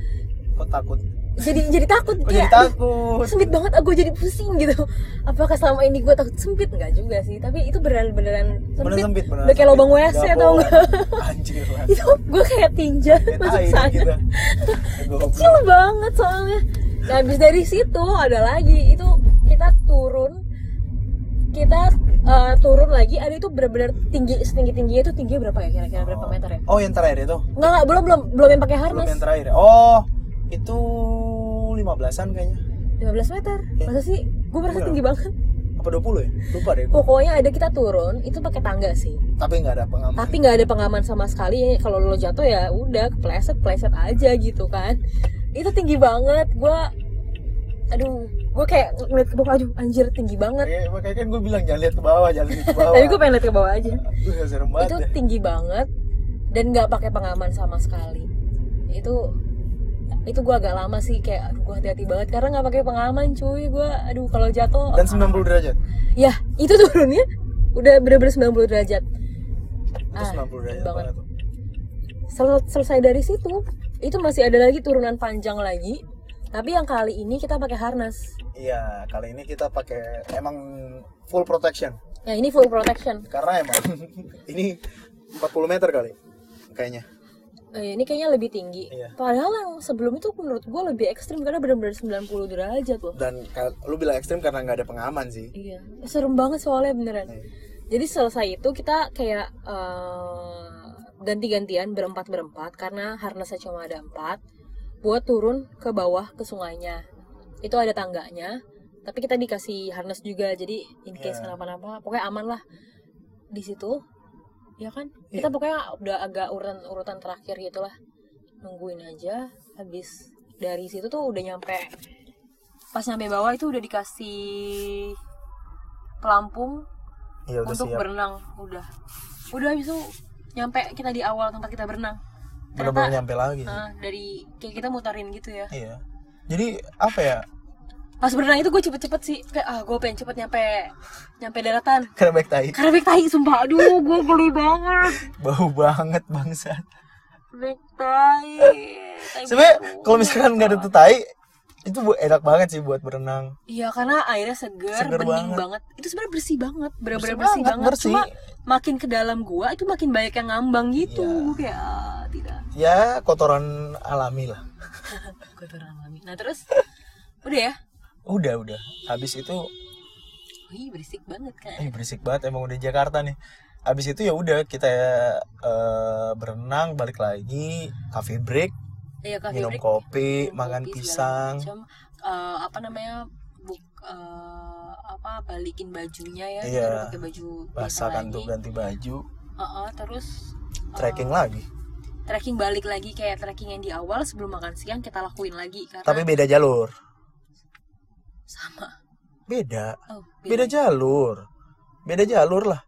[SPEAKER 2] kok takut
[SPEAKER 1] jadi jadi takut
[SPEAKER 2] kok Oh, jadi
[SPEAKER 1] kayak
[SPEAKER 2] takut
[SPEAKER 1] sempit banget gue jadi pusing gitu apakah selama ini gue takut sempit nggak juga sih tapi itu beneran beneran
[SPEAKER 2] bener
[SPEAKER 1] sempit
[SPEAKER 2] sempit bener
[SPEAKER 1] udah kayak lubang
[SPEAKER 2] sempit.
[SPEAKER 1] WC
[SPEAKER 2] Nggak
[SPEAKER 1] atau
[SPEAKER 2] boleh.
[SPEAKER 1] enggak
[SPEAKER 2] anjir lah
[SPEAKER 1] itu gue kayak tinja masuk
[SPEAKER 2] Kayak
[SPEAKER 1] sana
[SPEAKER 2] tai gitu. Goblok.
[SPEAKER 1] kecil banget soalnya nah habis dari situ ada lagi itu kita turun kita eh, turun lagi ada itu benar-benar tinggi setinggi tingginya itu tinggi berapa ya kira-kira berapa meter ya
[SPEAKER 2] oh yang terakhir itu
[SPEAKER 1] nggak nggak belum belum belum yang pakai
[SPEAKER 2] belum
[SPEAKER 1] harness
[SPEAKER 2] yang terakhir oh itu 15-an kayaknya
[SPEAKER 1] 15 meter masa sih gue merasa
[SPEAKER 2] Iya.
[SPEAKER 1] tinggi banget
[SPEAKER 2] apa 20 ya lupa deh gua.
[SPEAKER 1] pokoknya ada kita turun itu pakai tangga sih
[SPEAKER 2] tapi nggak ada pengaman
[SPEAKER 1] tapi nggak ada pengaman sama sekali kalau lo jatuh ya udah kepleset pleset aja gitu kan itu tinggi banget gue aduh gue kayak ngeliat ke bawah aduh anjir tinggi banget
[SPEAKER 2] Kayak- makanya kan gue bilang jangan lihat ke bawah jangan lihat ke bawah
[SPEAKER 1] tapi gue pengen liat ke bawah aja
[SPEAKER 2] Duh, serem banget
[SPEAKER 1] itu
[SPEAKER 2] deh.
[SPEAKER 1] tinggi banget dan nggak pakai pengaman sama sekali itu itu gue agak lama sih kayak aduh gue hati-hati banget karena nggak pakai pengaman cuy gue aduh kalau jatuh
[SPEAKER 2] dan 90 derajat
[SPEAKER 1] ya itu turunnya udah bener-bener 90 derajat
[SPEAKER 2] itu
[SPEAKER 1] Ah,
[SPEAKER 2] 90 derajat
[SPEAKER 1] banget.
[SPEAKER 2] banget tuh.
[SPEAKER 1] Sel- selesai dari situ itu masih ada lagi turunan panjang lagi tapi yang kali ini kita pakai harness
[SPEAKER 2] iya kali ini kita pakai emang full protection
[SPEAKER 1] ya ini full protection
[SPEAKER 2] karena emang ini 40 meter kali kayaknya
[SPEAKER 1] Eh, ini kayaknya lebih tinggi
[SPEAKER 2] Iya.
[SPEAKER 1] padahal yang sebelum itu menurut gue lebih ekstrim karena bener-bener 90 derajat loh
[SPEAKER 2] dan ka- lu bilang ekstrim karena nggak ada pengaman sih
[SPEAKER 1] Iya, serem banget soalnya beneran.
[SPEAKER 2] Iya.
[SPEAKER 1] Jadi selesai itu kita kayak eh, ganti-gantian berempat berempat karena harnessnya cuma ada empat buat turun ke bawah ke sungainya. Itu ada tangganya, tapi kita dikasih harness juga. Jadi in case
[SPEAKER 2] Iya.
[SPEAKER 1] kenapa-napa, pokoknya aman lah di situ. Ya kan? Kita
[SPEAKER 2] Iya.
[SPEAKER 1] pokoknya udah agak urutan-urutan terakhir gitulah. Nungguin aja habis dari situ tuh udah nyampe pas nyampe bawah itu udah dikasih pelampung
[SPEAKER 2] iya udah
[SPEAKER 1] untuk
[SPEAKER 2] siap
[SPEAKER 1] berenang udah udah habis itu nyampe kita di awal tempat kita berenang
[SPEAKER 2] bener-bener
[SPEAKER 1] ternyata
[SPEAKER 2] nyampe lagi sih.
[SPEAKER 1] eh, dari kayak kita muterin gitu ya
[SPEAKER 2] iya jadi apa ya
[SPEAKER 1] pas berenang itu gue cepet-cepet sih kayak ah gue pengen cepet nyampe nyampe daratan
[SPEAKER 2] karena baik tai
[SPEAKER 1] karena bek tai sumpah aduh gue geli banget
[SPEAKER 2] bau banget bangsa
[SPEAKER 1] bek tai Tai
[SPEAKER 2] sebenarnya
[SPEAKER 1] baru.
[SPEAKER 2] kalau misalkan nggak ada tuh tai itu bu- enak banget sih buat berenang
[SPEAKER 1] Iya karena airnya seger,
[SPEAKER 2] Seger
[SPEAKER 1] bening banget. Itu sebenarnya bersih banget, bener-bener bersih, banget.
[SPEAKER 2] bersih.
[SPEAKER 1] Cuma makin ke dalam gua itu makin banyak yang ngambang gitu.
[SPEAKER 2] Iya.
[SPEAKER 1] Gua kayak "Ah, tidak.
[SPEAKER 2] ya kotoran alami lah
[SPEAKER 1] Gua turun lagi. Nah terus udah ya.
[SPEAKER 2] udah udah habis itu
[SPEAKER 1] Wih berisik banget kan.
[SPEAKER 2] eh berisik banget emang udah Jakarta nih abis itu ya udah kita eh, berenang balik lagi coffee break
[SPEAKER 1] Iya, coffee
[SPEAKER 2] minum
[SPEAKER 1] break,
[SPEAKER 2] kopi
[SPEAKER 1] minum
[SPEAKER 2] makan
[SPEAKER 1] kopi, segala
[SPEAKER 2] pisang
[SPEAKER 1] macam. Eh, apa namanya? Buk, eh, apa balikin bajunya ya.
[SPEAKER 2] Iya.
[SPEAKER 1] Kita udah pakai baju biasa
[SPEAKER 2] basah kan
[SPEAKER 1] lagi. Oh.
[SPEAKER 2] tuh ganti baju
[SPEAKER 1] Heeh, terus eh,
[SPEAKER 2] trekking lagi
[SPEAKER 1] trekking balik lagi kayak trekking yang di awal sebelum makan siang kita lakuin lagi karena
[SPEAKER 2] tapi beda jalur
[SPEAKER 1] sama.
[SPEAKER 2] beda
[SPEAKER 1] Oh,
[SPEAKER 2] beda jalur beda jalur lah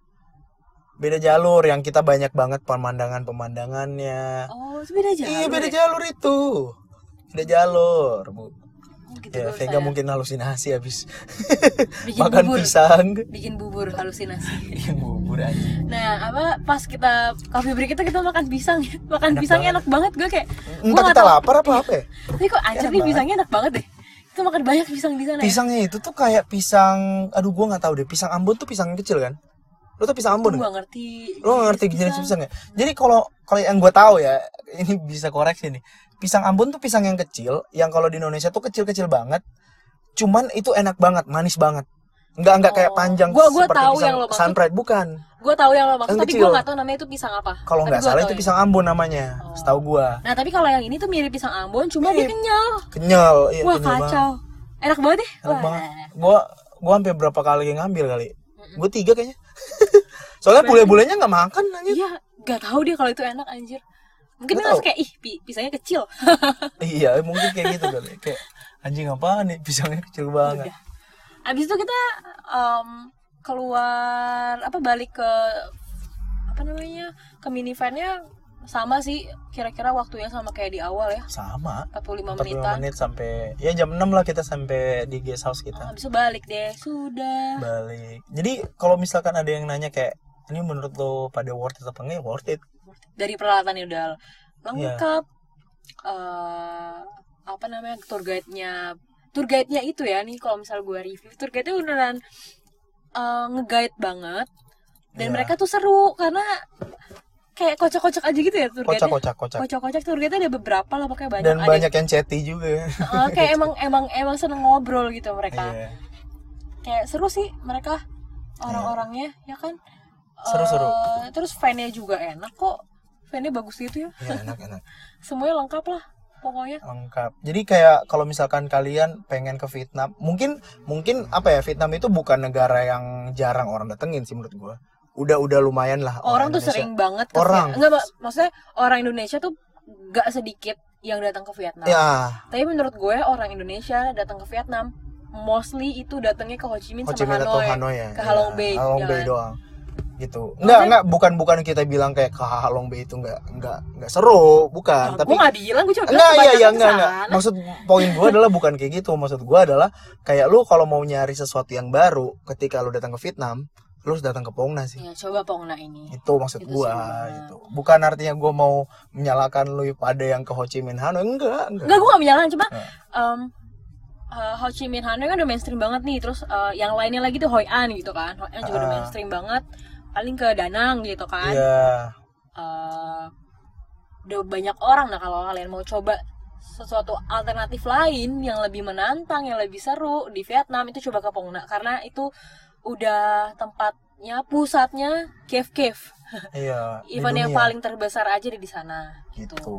[SPEAKER 2] beda jalur yang kita banyak banget pemandangan pemandangannya
[SPEAKER 1] Oh, beda jalur.
[SPEAKER 2] iya beda
[SPEAKER 1] ya?
[SPEAKER 2] jalur itu beda jalur bu
[SPEAKER 1] Oh, gitu
[SPEAKER 2] ya
[SPEAKER 1] baru
[SPEAKER 2] Vega
[SPEAKER 1] saya.
[SPEAKER 2] mungkin halusinasi habis
[SPEAKER 1] bikin
[SPEAKER 2] makan
[SPEAKER 1] bubur,
[SPEAKER 2] pisang
[SPEAKER 1] bikin bubur halusinasi.
[SPEAKER 2] Iya, bubur aja
[SPEAKER 1] Nah, apa pas kita coffee break itu kita makan pisang ya. Makan pisangnya enak banget gue kayak gua
[SPEAKER 2] entah
[SPEAKER 1] nggak
[SPEAKER 2] kita
[SPEAKER 1] tahu- Iya.
[SPEAKER 2] lapar apa apa ya?
[SPEAKER 1] Tapi kok anjir
[SPEAKER 2] Enak
[SPEAKER 1] nih
[SPEAKER 2] banget.
[SPEAKER 1] pisangnya enak banget deh. Kita makan banyak pisang di sana. ya?
[SPEAKER 2] pisangnya itu tuh kayak pisang aduh gua nggak tahu deh pisang ambon tuh pisang kecil kan lo tuh pisang ambon
[SPEAKER 1] Gue
[SPEAKER 2] nggak?
[SPEAKER 1] gak ngerti.
[SPEAKER 2] lo nggak ngerti jenis pisang ya jadi kalau kalau yang gue tahu ya ini bisa koreksi nih pisang Ambon tuh pisang yang kecil yang kalau di Indonesia tuh kecil kecil banget cuman itu enak banget manis banget nggak nggak kayak
[SPEAKER 1] Oh.
[SPEAKER 2] panjang
[SPEAKER 1] Gua- gua
[SPEAKER 2] seperti
[SPEAKER 1] tahu
[SPEAKER 2] pisang
[SPEAKER 1] yang lo maksud.
[SPEAKER 2] sunrise bukan
[SPEAKER 1] Gue tahu yang lo maksud,
[SPEAKER 2] Yang
[SPEAKER 1] tapi gue
[SPEAKER 2] kecil.
[SPEAKER 1] gak tahu namanya itu pisang apa.
[SPEAKER 2] kalau
[SPEAKER 1] Tapi
[SPEAKER 2] nggak
[SPEAKER 1] gua
[SPEAKER 2] salah
[SPEAKER 1] tahu
[SPEAKER 2] itu
[SPEAKER 1] yang-
[SPEAKER 2] pisang Ambon namanya
[SPEAKER 1] Oh.
[SPEAKER 2] setahu gue
[SPEAKER 1] Nah, tapi kalau yang ini tuh mirip pisang Ambon, cuma dia
[SPEAKER 2] Mirip.
[SPEAKER 1] kenyal.
[SPEAKER 2] kenyal iya
[SPEAKER 1] Wah,
[SPEAKER 2] kenyal
[SPEAKER 1] kacau. Enak banget deh. Wah.
[SPEAKER 2] banget enak banget gue gue hampir berapa kali ngambil kali
[SPEAKER 1] Mm-mm.
[SPEAKER 2] gue tiga kayaknya soalnya bule-bulenya nggak makan anjir
[SPEAKER 1] Iya, gak tahu dia kalau itu enak anjir. Mungkin
[SPEAKER 2] Gua
[SPEAKER 1] dia langsung
[SPEAKER 2] tahu.
[SPEAKER 1] kayak, ih pi- pisangnya kecil.
[SPEAKER 2] iya mungkin kayak gitu kali kayak anjing apaan nih pisangnya kecil banget
[SPEAKER 1] Udah. Abis itu kita em, keluar apa balik ke apa namanya ke minivannya sama sih kira-kira waktunya sama kayak di awal ya
[SPEAKER 2] sama
[SPEAKER 1] 45
[SPEAKER 2] 45
[SPEAKER 1] menitan.
[SPEAKER 2] menit sampai ya jam 6 lah kita sampai di guest house kita
[SPEAKER 1] Abis itu balik deh sudah.
[SPEAKER 2] balik jadi kalau misalkan ada yang nanya kayak ini menurut lo pada worth it apa enggak ya worth it
[SPEAKER 1] Dari peralatan ya
[SPEAKER 2] Iya.
[SPEAKER 1] udah lengkap. Eh, apa namanya tour guide-nya tour guide-nya itu ya nih kalau misal gue review tour guide-nya beneran eh, nge-guide banget dan
[SPEAKER 2] Iya.
[SPEAKER 1] mereka tuh seru karena kayak kocak-kocak aja gitu ya tour
[SPEAKER 2] kocak
[SPEAKER 1] guide-nya
[SPEAKER 2] kocak kocak
[SPEAKER 1] kocak-kocak tour guide-nya ada beberapa lah pokoknya banyak
[SPEAKER 2] dan
[SPEAKER 1] ada
[SPEAKER 2] banyak yang chatty juga
[SPEAKER 1] Heeh, kayak emang emang emang seneng ngobrol gitu mereka
[SPEAKER 2] iya
[SPEAKER 1] kayak seru sih mereka orang-orangnya ya kan
[SPEAKER 2] Seru-seru.
[SPEAKER 1] Eh, terus fan-nya juga enak kok fan-nya bagus gitu ya
[SPEAKER 2] Iya, enak enak
[SPEAKER 1] semuanya lengkap lah pokoknya
[SPEAKER 2] lengkap jadi kayak kalau misalkan kalian pengen ke Vietnam mungkin mungkin apa ya Vietnam itu bukan negara yang jarang orang datengin sih menurut gua udah udah lumayan lah
[SPEAKER 1] orang, tuh
[SPEAKER 2] Indonesia.
[SPEAKER 1] sering banget ke Viet-
[SPEAKER 2] Orang.
[SPEAKER 1] enggak Mak. maksudnya orang Indonesia tuh gak sedikit yang datang ke Vietnam
[SPEAKER 2] ya
[SPEAKER 1] tapi menurut gue orang Indonesia datang ke Vietnam mostly itu datangnya ke Ho Chi Minh
[SPEAKER 2] Ho Chi
[SPEAKER 1] sama
[SPEAKER 2] Minh
[SPEAKER 1] Hanoi,
[SPEAKER 2] atau Hanoi ya
[SPEAKER 1] ke
[SPEAKER 2] Iya,
[SPEAKER 1] Halong Bay,
[SPEAKER 2] Halong Bay
[SPEAKER 1] jangan.
[SPEAKER 2] doang gitu enggak
[SPEAKER 1] Maksudnya-
[SPEAKER 2] enggak bukan bukan kita bilang kayak ke Halong Bay itu enggak enggak enggak seru
[SPEAKER 1] Nah,
[SPEAKER 2] bukan tapi
[SPEAKER 1] gue gak bilang gue cuma bilang
[SPEAKER 2] enggak iya
[SPEAKER 1] kebanyakan
[SPEAKER 2] iya
[SPEAKER 1] ke
[SPEAKER 2] enggak
[SPEAKER 1] sana.
[SPEAKER 2] enggak maksud poin gua adalah bukan kayak gitu maksud gua adalah kayak lu kalau mau nyari sesuatu yang baru ketika lu datang ke Vietnam lu harus datang ke Pongna sih
[SPEAKER 1] ya coba Pongna ini
[SPEAKER 2] itu maksud
[SPEAKER 1] Iya, Itu sih
[SPEAKER 2] gua
[SPEAKER 1] benar.
[SPEAKER 2] gitu bukan artinya gua mau menyalahkan lu pada yang ke Ho Chi Minh Hanoi enggak enggak
[SPEAKER 1] Enggak, gue gak menyalahkan, cuma
[SPEAKER 2] Nah.
[SPEAKER 1] em, eh, Ho Chi Minh Hanoi kan udah mainstream banget nih Terus eh, yang lainnya lagi tuh Hoi An gitu kan Hoi An juga udah
[SPEAKER 2] Ah.
[SPEAKER 1] mainstream banget Paling ke Danang gitu kan
[SPEAKER 2] iya
[SPEAKER 1] eh udah banyak orang nah kalau kalian mau coba sesuatu alternatif lain yang lebih menantang yang lebih seru di Vietnam itu coba ke Phong Nha karena itu udah tempatnya pusatnya cave cave
[SPEAKER 2] iya di
[SPEAKER 1] event yang
[SPEAKER 2] dunia,
[SPEAKER 1] paling terbesar aja di di sana gitu,
[SPEAKER 2] gitu.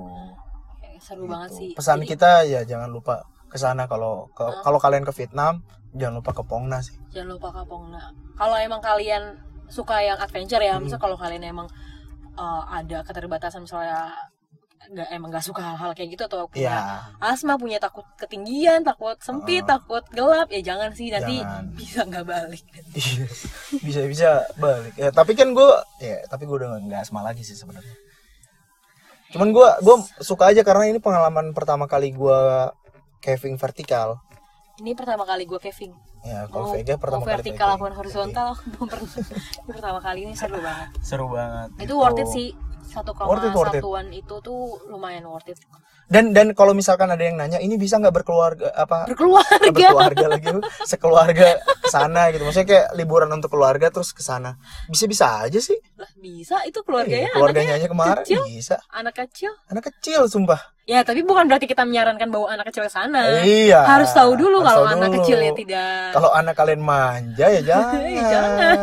[SPEAKER 1] Kayak seru banget
[SPEAKER 2] Gitu.
[SPEAKER 1] sih
[SPEAKER 2] Pesan
[SPEAKER 1] Jadi,
[SPEAKER 2] kita ya jangan lupa ke sana kalau ke-
[SPEAKER 1] Hah?
[SPEAKER 2] kalau kalian ke Vietnam jangan lupa ke Pongna sih.
[SPEAKER 1] jangan lupa ke Phong Nha kalau emang kalian suka yang adventure ya
[SPEAKER 2] Hmm.
[SPEAKER 1] misal kalau kalian emang eh, ada keterbatasan misalnya nggak emang nggak suka hal-hal kayak gitu atau punya
[SPEAKER 2] Iya.
[SPEAKER 1] asma punya takut ketinggian takut sempit
[SPEAKER 2] Oh.
[SPEAKER 1] takut gelap ya jangan sih nanti
[SPEAKER 2] Jangan.
[SPEAKER 1] bisa nggak balik
[SPEAKER 2] Iya. Bisa-bisa balik. Ya, tapi kan gue ya tapi gue udah nggak asma lagi sih sebenarnya. Cuman gue gue suka aja karena ini pengalaman pertama kali gue caving vertikal.
[SPEAKER 1] ini pertama kali gue caving
[SPEAKER 2] Ya,
[SPEAKER 1] mau,
[SPEAKER 2] kalau Vega pertama
[SPEAKER 1] mau
[SPEAKER 2] kali
[SPEAKER 1] Oh, vertikal
[SPEAKER 2] caving.
[SPEAKER 1] aku horizontal aku belum pernah ini pertama kali ini seru banget
[SPEAKER 2] Seru banget.
[SPEAKER 1] itu
[SPEAKER 2] gitu.
[SPEAKER 1] worth it sih satu koma
[SPEAKER 2] Worth it, worth it.
[SPEAKER 1] satuan itu tuh lumayan worth it
[SPEAKER 2] Dan dan kalau misalkan ada yang nanya ini bisa nggak berkeluarga apa
[SPEAKER 1] berkeluarga
[SPEAKER 2] berkeluarga lagi lu, sekeluarga ke sana gitu maksudnya kayak liburan untuk keluarga terus ke sana bisa bisa aja sih
[SPEAKER 1] lah bisa itu keluarganya
[SPEAKER 2] Iya, keluarganya aja kemarin
[SPEAKER 1] kecil.
[SPEAKER 2] bisa
[SPEAKER 1] anak kecil
[SPEAKER 2] anak kecil sumpah
[SPEAKER 1] ya tapi bukan berarti kita menyarankan bawa anak kecil ke sana
[SPEAKER 2] iya
[SPEAKER 1] Eh, harus tahu dulu
[SPEAKER 2] harus
[SPEAKER 1] kalau
[SPEAKER 2] tahu
[SPEAKER 1] anak ya
[SPEAKER 2] dulu.
[SPEAKER 1] kecilnya tidak
[SPEAKER 2] kalau anak kalian manja ya jangan
[SPEAKER 1] Jangan.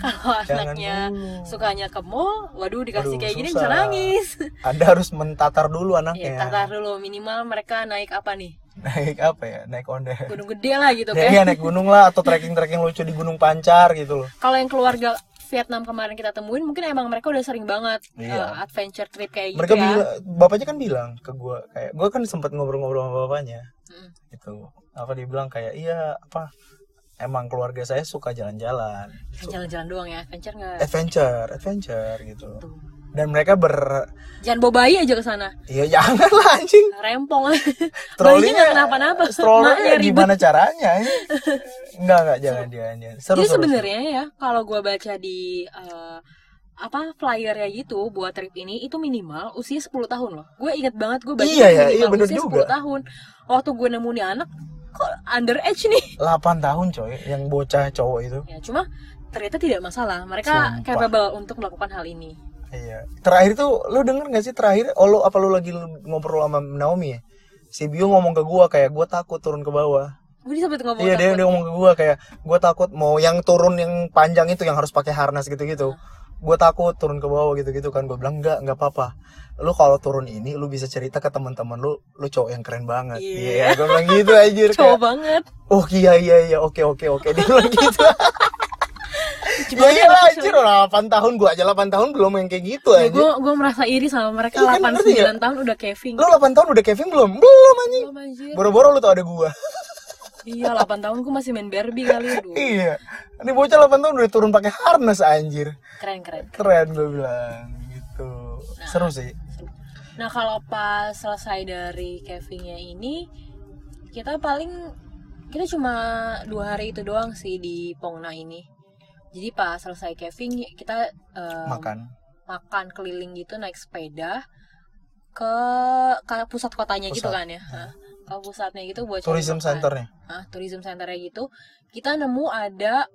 [SPEAKER 1] kalau
[SPEAKER 2] Jangan
[SPEAKER 1] Iya, anaknya
[SPEAKER 2] dulu.
[SPEAKER 1] sukanya ke mall waduh dikasih
[SPEAKER 2] Aduh,
[SPEAKER 1] kayak gini bisa
[SPEAKER 2] Hmm. susah.
[SPEAKER 1] nangis
[SPEAKER 2] Anda harus mentatar dulu
[SPEAKER 1] ya,
[SPEAKER 2] anaknya.
[SPEAKER 1] tatar dulu minimal mereka naik apa nih
[SPEAKER 2] Naik apa ya? Naik onde.
[SPEAKER 1] gunung gede lah gitu
[SPEAKER 2] Ya,
[SPEAKER 1] kan
[SPEAKER 2] iya, naik gunung lah atau trekking-trekking lucu di Gunung Pancar gitu loh.
[SPEAKER 1] kalau yang keluarga Vietnam kemarin kita temuin mungkin emang mereka udah sering banget
[SPEAKER 2] Iya.
[SPEAKER 1] eh, adventure trip kayak
[SPEAKER 2] Mereka
[SPEAKER 1] gitu ya
[SPEAKER 2] bilang, bapaknya kan bilang ke gua kayak gua kan sempat ngobrol-ngobrol sama bapaknya.
[SPEAKER 1] Mm.
[SPEAKER 2] gitu apa dibilang kayak iya apa emang keluarga saya suka jalan-jalan
[SPEAKER 1] Kan jalan-jalan doang ya adventure
[SPEAKER 2] Eh.
[SPEAKER 1] nggak
[SPEAKER 2] adventure adventure gitu
[SPEAKER 1] Tuh.
[SPEAKER 2] dan mereka ber
[SPEAKER 1] jangan bawa bayi aja ke sana
[SPEAKER 2] ya jangan lah anjing
[SPEAKER 1] rempong bayinya nggak
[SPEAKER 2] Trolley-nya-
[SPEAKER 1] kenapa-napa Maknya
[SPEAKER 2] strollnya
[SPEAKER 1] ribet.
[SPEAKER 2] ya? gimana caranya ya?" enggak enggak jangan jangan jangan. seru
[SPEAKER 1] Jadi
[SPEAKER 2] seru,
[SPEAKER 1] sebenarnya ya kalau gua baca di eh, apa flyer ya gitu buat trip ini itu minimal usia 10 tahun loh. Gue inget banget gue baca
[SPEAKER 2] Iya ya,
[SPEAKER 1] minimal
[SPEAKER 2] iya bener
[SPEAKER 1] usia
[SPEAKER 2] juga.
[SPEAKER 1] 10 tahun. Waktu gue nemu nih anak kok underage nih.
[SPEAKER 2] seru. 8 tahun coy yang bocah cowok itu
[SPEAKER 1] Ya cuma ternyata tidak masalah. Mereka
[SPEAKER 2] Sumpah.
[SPEAKER 1] capable untuk melakukan hal ini.
[SPEAKER 2] iya terakhir tuh lo denger gak sih terakhir oh lo apa lo lagi ngobrol sama Naomi ya si Bio ngomong ke gua kayak gua takut turun ke bawah
[SPEAKER 1] Gue disebut ngomong
[SPEAKER 2] Iya dia
[SPEAKER 1] takut.
[SPEAKER 2] dia ngomong ke gue kayak gue takut mau yang turun yang panjang itu yang harus pakai harnas gitu-gitu. Gue takut turun ke bawah gitu-gitu kan gue bilang enggak enggak apa-apa. Lu kalau turun ini lu bisa cerita ke teman-teman lu lu cowok yang keren banget.
[SPEAKER 1] Iya.
[SPEAKER 2] Iya gue bilang gitu anjir.
[SPEAKER 1] Cowok
[SPEAKER 2] Kayak,
[SPEAKER 1] banget.
[SPEAKER 2] oh iya iya iya oke oke oke dia bilang gitu.
[SPEAKER 1] Cuma dia
[SPEAKER 2] Cuma iya lah
[SPEAKER 1] anak
[SPEAKER 2] anjir orang 8 tahun gue aja 8 tahun belum yang kayak gitu
[SPEAKER 1] Ya,
[SPEAKER 2] anjir.
[SPEAKER 1] gue gue merasa iri sama mereka
[SPEAKER 2] Iya kan,
[SPEAKER 1] 8
[SPEAKER 2] ngerti
[SPEAKER 1] 9 tahun udah caving.
[SPEAKER 2] Lu 8 tahun udah Kevin belum? Belum anjing.
[SPEAKER 1] Belum, anjir.
[SPEAKER 2] Boro-boro lu tau ada gua.
[SPEAKER 1] Iya 8 tahun gue masih main Barbie kali dulu.
[SPEAKER 2] iya. Ini bocah 8 tahun udah turun pakai harnas anjir.
[SPEAKER 1] Keren keren.
[SPEAKER 2] keren gue bilang gitu seru sih
[SPEAKER 1] Nah kalau pas selesai dari cavingnya ini kita paling kita cuma dua hari itu doang sih di Pongna ini. Jadi pas selesai caving kita em,
[SPEAKER 2] makan
[SPEAKER 1] makan keliling gitu naik sepeda ke ke pusat kotanya gitu
[SPEAKER 2] Pusat.
[SPEAKER 1] kan ya. Hah. Ke pusatnya gitu buat cari
[SPEAKER 2] tourism
[SPEAKER 1] makan.
[SPEAKER 2] centernya
[SPEAKER 1] Hah, tourism centernya gitu. Kita nemu ada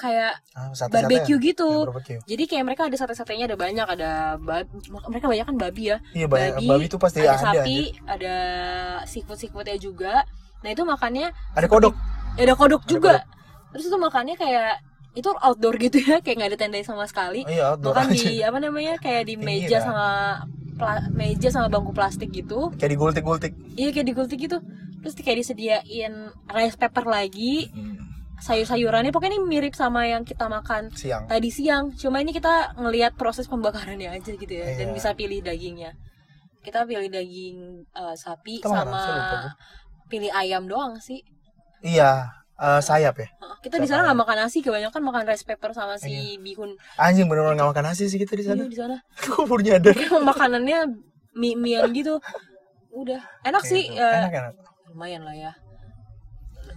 [SPEAKER 1] kayak
[SPEAKER 2] ah, sate
[SPEAKER 1] barbecue gitu.
[SPEAKER 2] barbecue
[SPEAKER 1] Jadi kayak mereka ada sate-satenya ada banyak, ada babi, mereka banyak kan babi ya.
[SPEAKER 2] iya banyak
[SPEAKER 1] Babi,
[SPEAKER 2] babi, itu pasti
[SPEAKER 1] ada
[SPEAKER 2] Iya, ada ada,
[SPEAKER 1] sapi, ada seafood-seafoodnya juga. Nah itu makannya
[SPEAKER 2] Ada kodok
[SPEAKER 1] ya ada kodok
[SPEAKER 2] Ada
[SPEAKER 1] juga. Terus itu makannya kayak itu outdoor gitu ya, kayak nggak ada tenda sama sekali.
[SPEAKER 2] iya outdoor
[SPEAKER 1] Makan
[SPEAKER 2] aja. ya.
[SPEAKER 1] di apa namanya kayak di meja
[SPEAKER 2] Pinggiran.
[SPEAKER 1] sama pla- meja sama bangku plastik gitu.
[SPEAKER 2] kayak digultik gultik
[SPEAKER 1] Iya kayak digultik gitu. Terus kayak disediain rice paper lagi,
[SPEAKER 2] Hmm,
[SPEAKER 1] sayur-sayurannya pokoknya ini mirip sama yang kita makan
[SPEAKER 2] siang
[SPEAKER 1] tadi siang cuma ini kita ngelihat proses pembakarannya aja gitu ya dan
[SPEAKER 2] Iya.
[SPEAKER 1] bisa pilih dagingnya kita pilih daging eh, sapi
[SPEAKER 2] Kita makan,
[SPEAKER 1] sama
[SPEAKER 2] saya lupa tuh.
[SPEAKER 1] pilih ayam doang sih
[SPEAKER 2] iya eh, sayap ya
[SPEAKER 1] Heeh, kita di sana nggak makan nasi kebanyakan makan rice paper sama si bihun
[SPEAKER 2] anjing bener-bener nggak makan nasi sih kita Iya. di
[SPEAKER 1] Iya,
[SPEAKER 2] sana
[SPEAKER 1] di sana
[SPEAKER 2] gue baru nyadar
[SPEAKER 1] Emang makanannya mie mian gitu udah enak sih
[SPEAKER 2] Iya,
[SPEAKER 1] eh,
[SPEAKER 2] enak enak
[SPEAKER 1] lumayan lah ya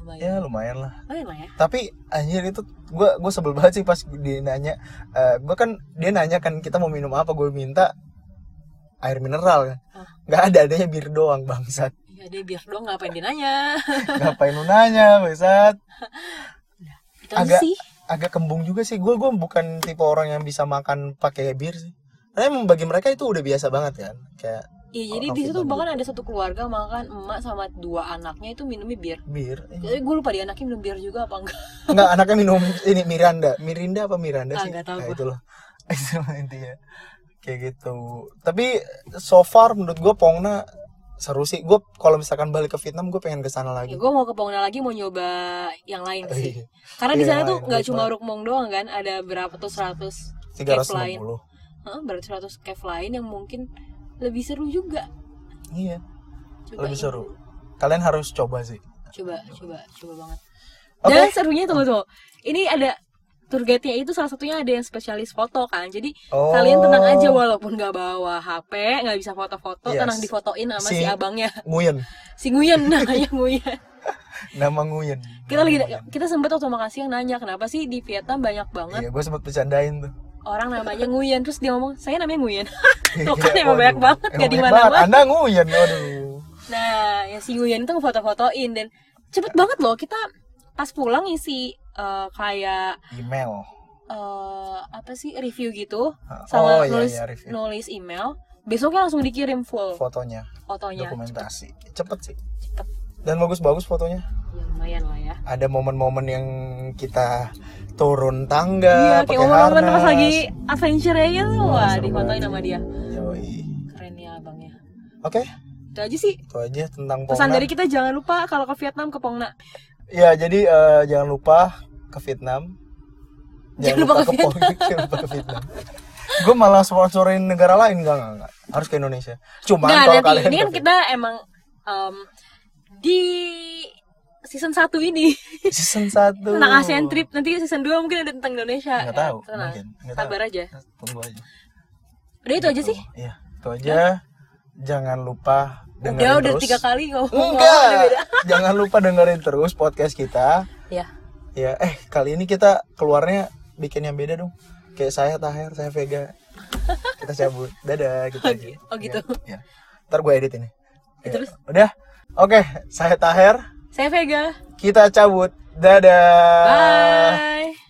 [SPEAKER 1] lumayan
[SPEAKER 2] ya lumayan lah
[SPEAKER 1] lumayan lah ya
[SPEAKER 2] tapi anjir itu gue gue sebel banget sih pas dia nanya gue kan dia nanya kan kita mau minum apa gue minta air mineral kan
[SPEAKER 1] Ah.
[SPEAKER 2] nggak ada adanya bir doang bangsat
[SPEAKER 1] Iya dia biar doang ngapain dia nanya
[SPEAKER 2] ngapain lu nanya bangsat
[SPEAKER 1] itu aja
[SPEAKER 2] Agak-
[SPEAKER 1] sih
[SPEAKER 2] agak kembung juga sih gue gue bukan tipe orang yang bisa makan pakai bir sih karena emang bagi mereka itu udah biasa banget kan kayak
[SPEAKER 1] Iya jadi
[SPEAKER 2] Orang
[SPEAKER 1] di situ
[SPEAKER 2] Vietnam
[SPEAKER 1] bahkan ada satu keluarga makan emak sama dua anaknya itu minumnya bir.
[SPEAKER 2] bir
[SPEAKER 1] Jadi gue Eh, lupa dia anaknya minum bir juga apa enggak.
[SPEAKER 2] nggak anaknya minum ini Miranda Mirinda apa Miranda
[SPEAKER 1] Ah,
[SPEAKER 2] sih
[SPEAKER 1] nggak tahu
[SPEAKER 2] Nah,
[SPEAKER 1] gua.
[SPEAKER 2] itu loh itu loh intinya kayak gitu tapi so far menurut gue Pongna seru sih gue kalau misalkan balik ke Vietnam gue pengen ke sana
[SPEAKER 1] Ya,
[SPEAKER 2] lagi
[SPEAKER 1] gue mau ke Pongna lagi mau nyoba yang lain sih.
[SPEAKER 2] Iya.
[SPEAKER 1] Karena di
[SPEAKER 2] Iya,
[SPEAKER 1] sana
[SPEAKER 2] yang
[SPEAKER 1] tuh
[SPEAKER 2] lain,
[SPEAKER 1] nggak
[SPEAKER 2] betul
[SPEAKER 1] cuma Rukmong doang kan, ada berapa tuh 100
[SPEAKER 2] tiga
[SPEAKER 1] cave
[SPEAKER 2] ratus
[SPEAKER 1] lain.
[SPEAKER 2] puluh
[SPEAKER 1] Heeh, berarti 100 cave lain yang mungkin lebih seru juga.
[SPEAKER 2] iya
[SPEAKER 1] Coba
[SPEAKER 2] lebih
[SPEAKER 1] ini.
[SPEAKER 2] seru kalian harus coba sih
[SPEAKER 1] Coba, coba, coba banget.
[SPEAKER 2] Oke.
[SPEAKER 1] Dan serunya tunggu tunggu. Ini ada tour guide-nya itu salah satunya ada yang spesialis foto kan. Jadi
[SPEAKER 2] Oh.
[SPEAKER 1] kalian tenang aja walaupun nggak bawa HP, nggak bisa foto-foto,
[SPEAKER 2] Yes.
[SPEAKER 1] tenang difotoin sama si,
[SPEAKER 2] Si-
[SPEAKER 1] abangnya.
[SPEAKER 2] Nguyen
[SPEAKER 1] Si Nguyen namanya Nguyen.
[SPEAKER 2] nama Nguyen
[SPEAKER 1] Kita lagi kita sempet waktu makan siang nanya kenapa sih di Vietnam banyak banget
[SPEAKER 2] iya gue sempat bercandain tuh
[SPEAKER 1] orang namanya Nguyen terus dia ngomong saya namanya Nguyen. Tuh kan
[SPEAKER 2] Iya,
[SPEAKER 1] emang
[SPEAKER 2] waduh.
[SPEAKER 1] banyak banget
[SPEAKER 2] Emang
[SPEAKER 1] gak di
[SPEAKER 2] banyak banget.
[SPEAKER 1] mana-mana.
[SPEAKER 2] Anda nguyen, waduh.
[SPEAKER 1] Nah, ya si Nguyen itu ngefoto-fotoin dan cepet banget loh kita pas pulang isi eh, kayak
[SPEAKER 2] Email.
[SPEAKER 1] eh, apa sih review gitu
[SPEAKER 2] Ah,
[SPEAKER 1] sama
[SPEAKER 2] oh, iya,
[SPEAKER 1] nulis
[SPEAKER 2] iya, review.
[SPEAKER 1] nulis email besoknya langsung dikirim full
[SPEAKER 2] Fotonya,
[SPEAKER 1] fotonya
[SPEAKER 2] dokumentasi. Cepet sih. Dan bagus-bagus fotonya.
[SPEAKER 1] ya lumayan lah ya
[SPEAKER 2] ada momen-momen yang kita turun tangga
[SPEAKER 1] iya kayak
[SPEAKER 2] pakai
[SPEAKER 1] momen-momen
[SPEAKER 2] harness
[SPEAKER 1] pas lagi adventure aja tuh
[SPEAKER 2] Wah,
[SPEAKER 1] wah
[SPEAKER 2] seru
[SPEAKER 1] dikontoin
[SPEAKER 2] banget.
[SPEAKER 1] sama dia
[SPEAKER 2] Yoi.
[SPEAKER 1] keren ya abangnya
[SPEAKER 2] oke
[SPEAKER 1] itu aja sih
[SPEAKER 2] itu aja tentang
[SPEAKER 1] pesan
[SPEAKER 2] Pongna.
[SPEAKER 1] dari kita jangan lupa kalau ke Vietnam ke Pongna
[SPEAKER 2] ya jadi eh, jangan lupa ke Vietnam
[SPEAKER 1] Jangan lupa ke
[SPEAKER 2] Pong- jangan lupa ke Vietnam gue malah sponsorin negara lain enggak enggak, enggak. harus ke Indonesia cuma
[SPEAKER 1] nggak
[SPEAKER 2] kalau
[SPEAKER 1] nanti
[SPEAKER 2] kalian
[SPEAKER 1] ini kan
[SPEAKER 2] ke
[SPEAKER 1] kita emang em, di season 1 ini
[SPEAKER 2] Vietnam, season 1
[SPEAKER 1] tentang ASEAN trip nanti season 2 mungkin ada tentang Indonesia
[SPEAKER 2] nggak tahu
[SPEAKER 1] Ya, tenang.
[SPEAKER 2] mungkin Nggak tahu.
[SPEAKER 1] sabar aja
[SPEAKER 2] tunggu aja
[SPEAKER 1] udah itu aja sih
[SPEAKER 2] Iya, itu aja. Jangan lupa dengerin
[SPEAKER 1] udah udah
[SPEAKER 2] terus.
[SPEAKER 1] tiga kali ngomong
[SPEAKER 2] Enggak.
[SPEAKER 1] Udah beda.
[SPEAKER 2] Jangan lupa dengerin terus podcast kita.
[SPEAKER 1] ya
[SPEAKER 2] Ya, eh kali ini kita keluarnya bikin yang beda dong. Kayak saya Tahir, saya Vega. Kita cabut. Dadah gitu aja.
[SPEAKER 1] oh gitu.
[SPEAKER 2] Ya. Ntar gue edit ini. Ya,
[SPEAKER 1] Terus?
[SPEAKER 2] Udah. Oke, saya Tahir.
[SPEAKER 1] saya Vega
[SPEAKER 2] Kita cabut. Dadah.
[SPEAKER 1] bye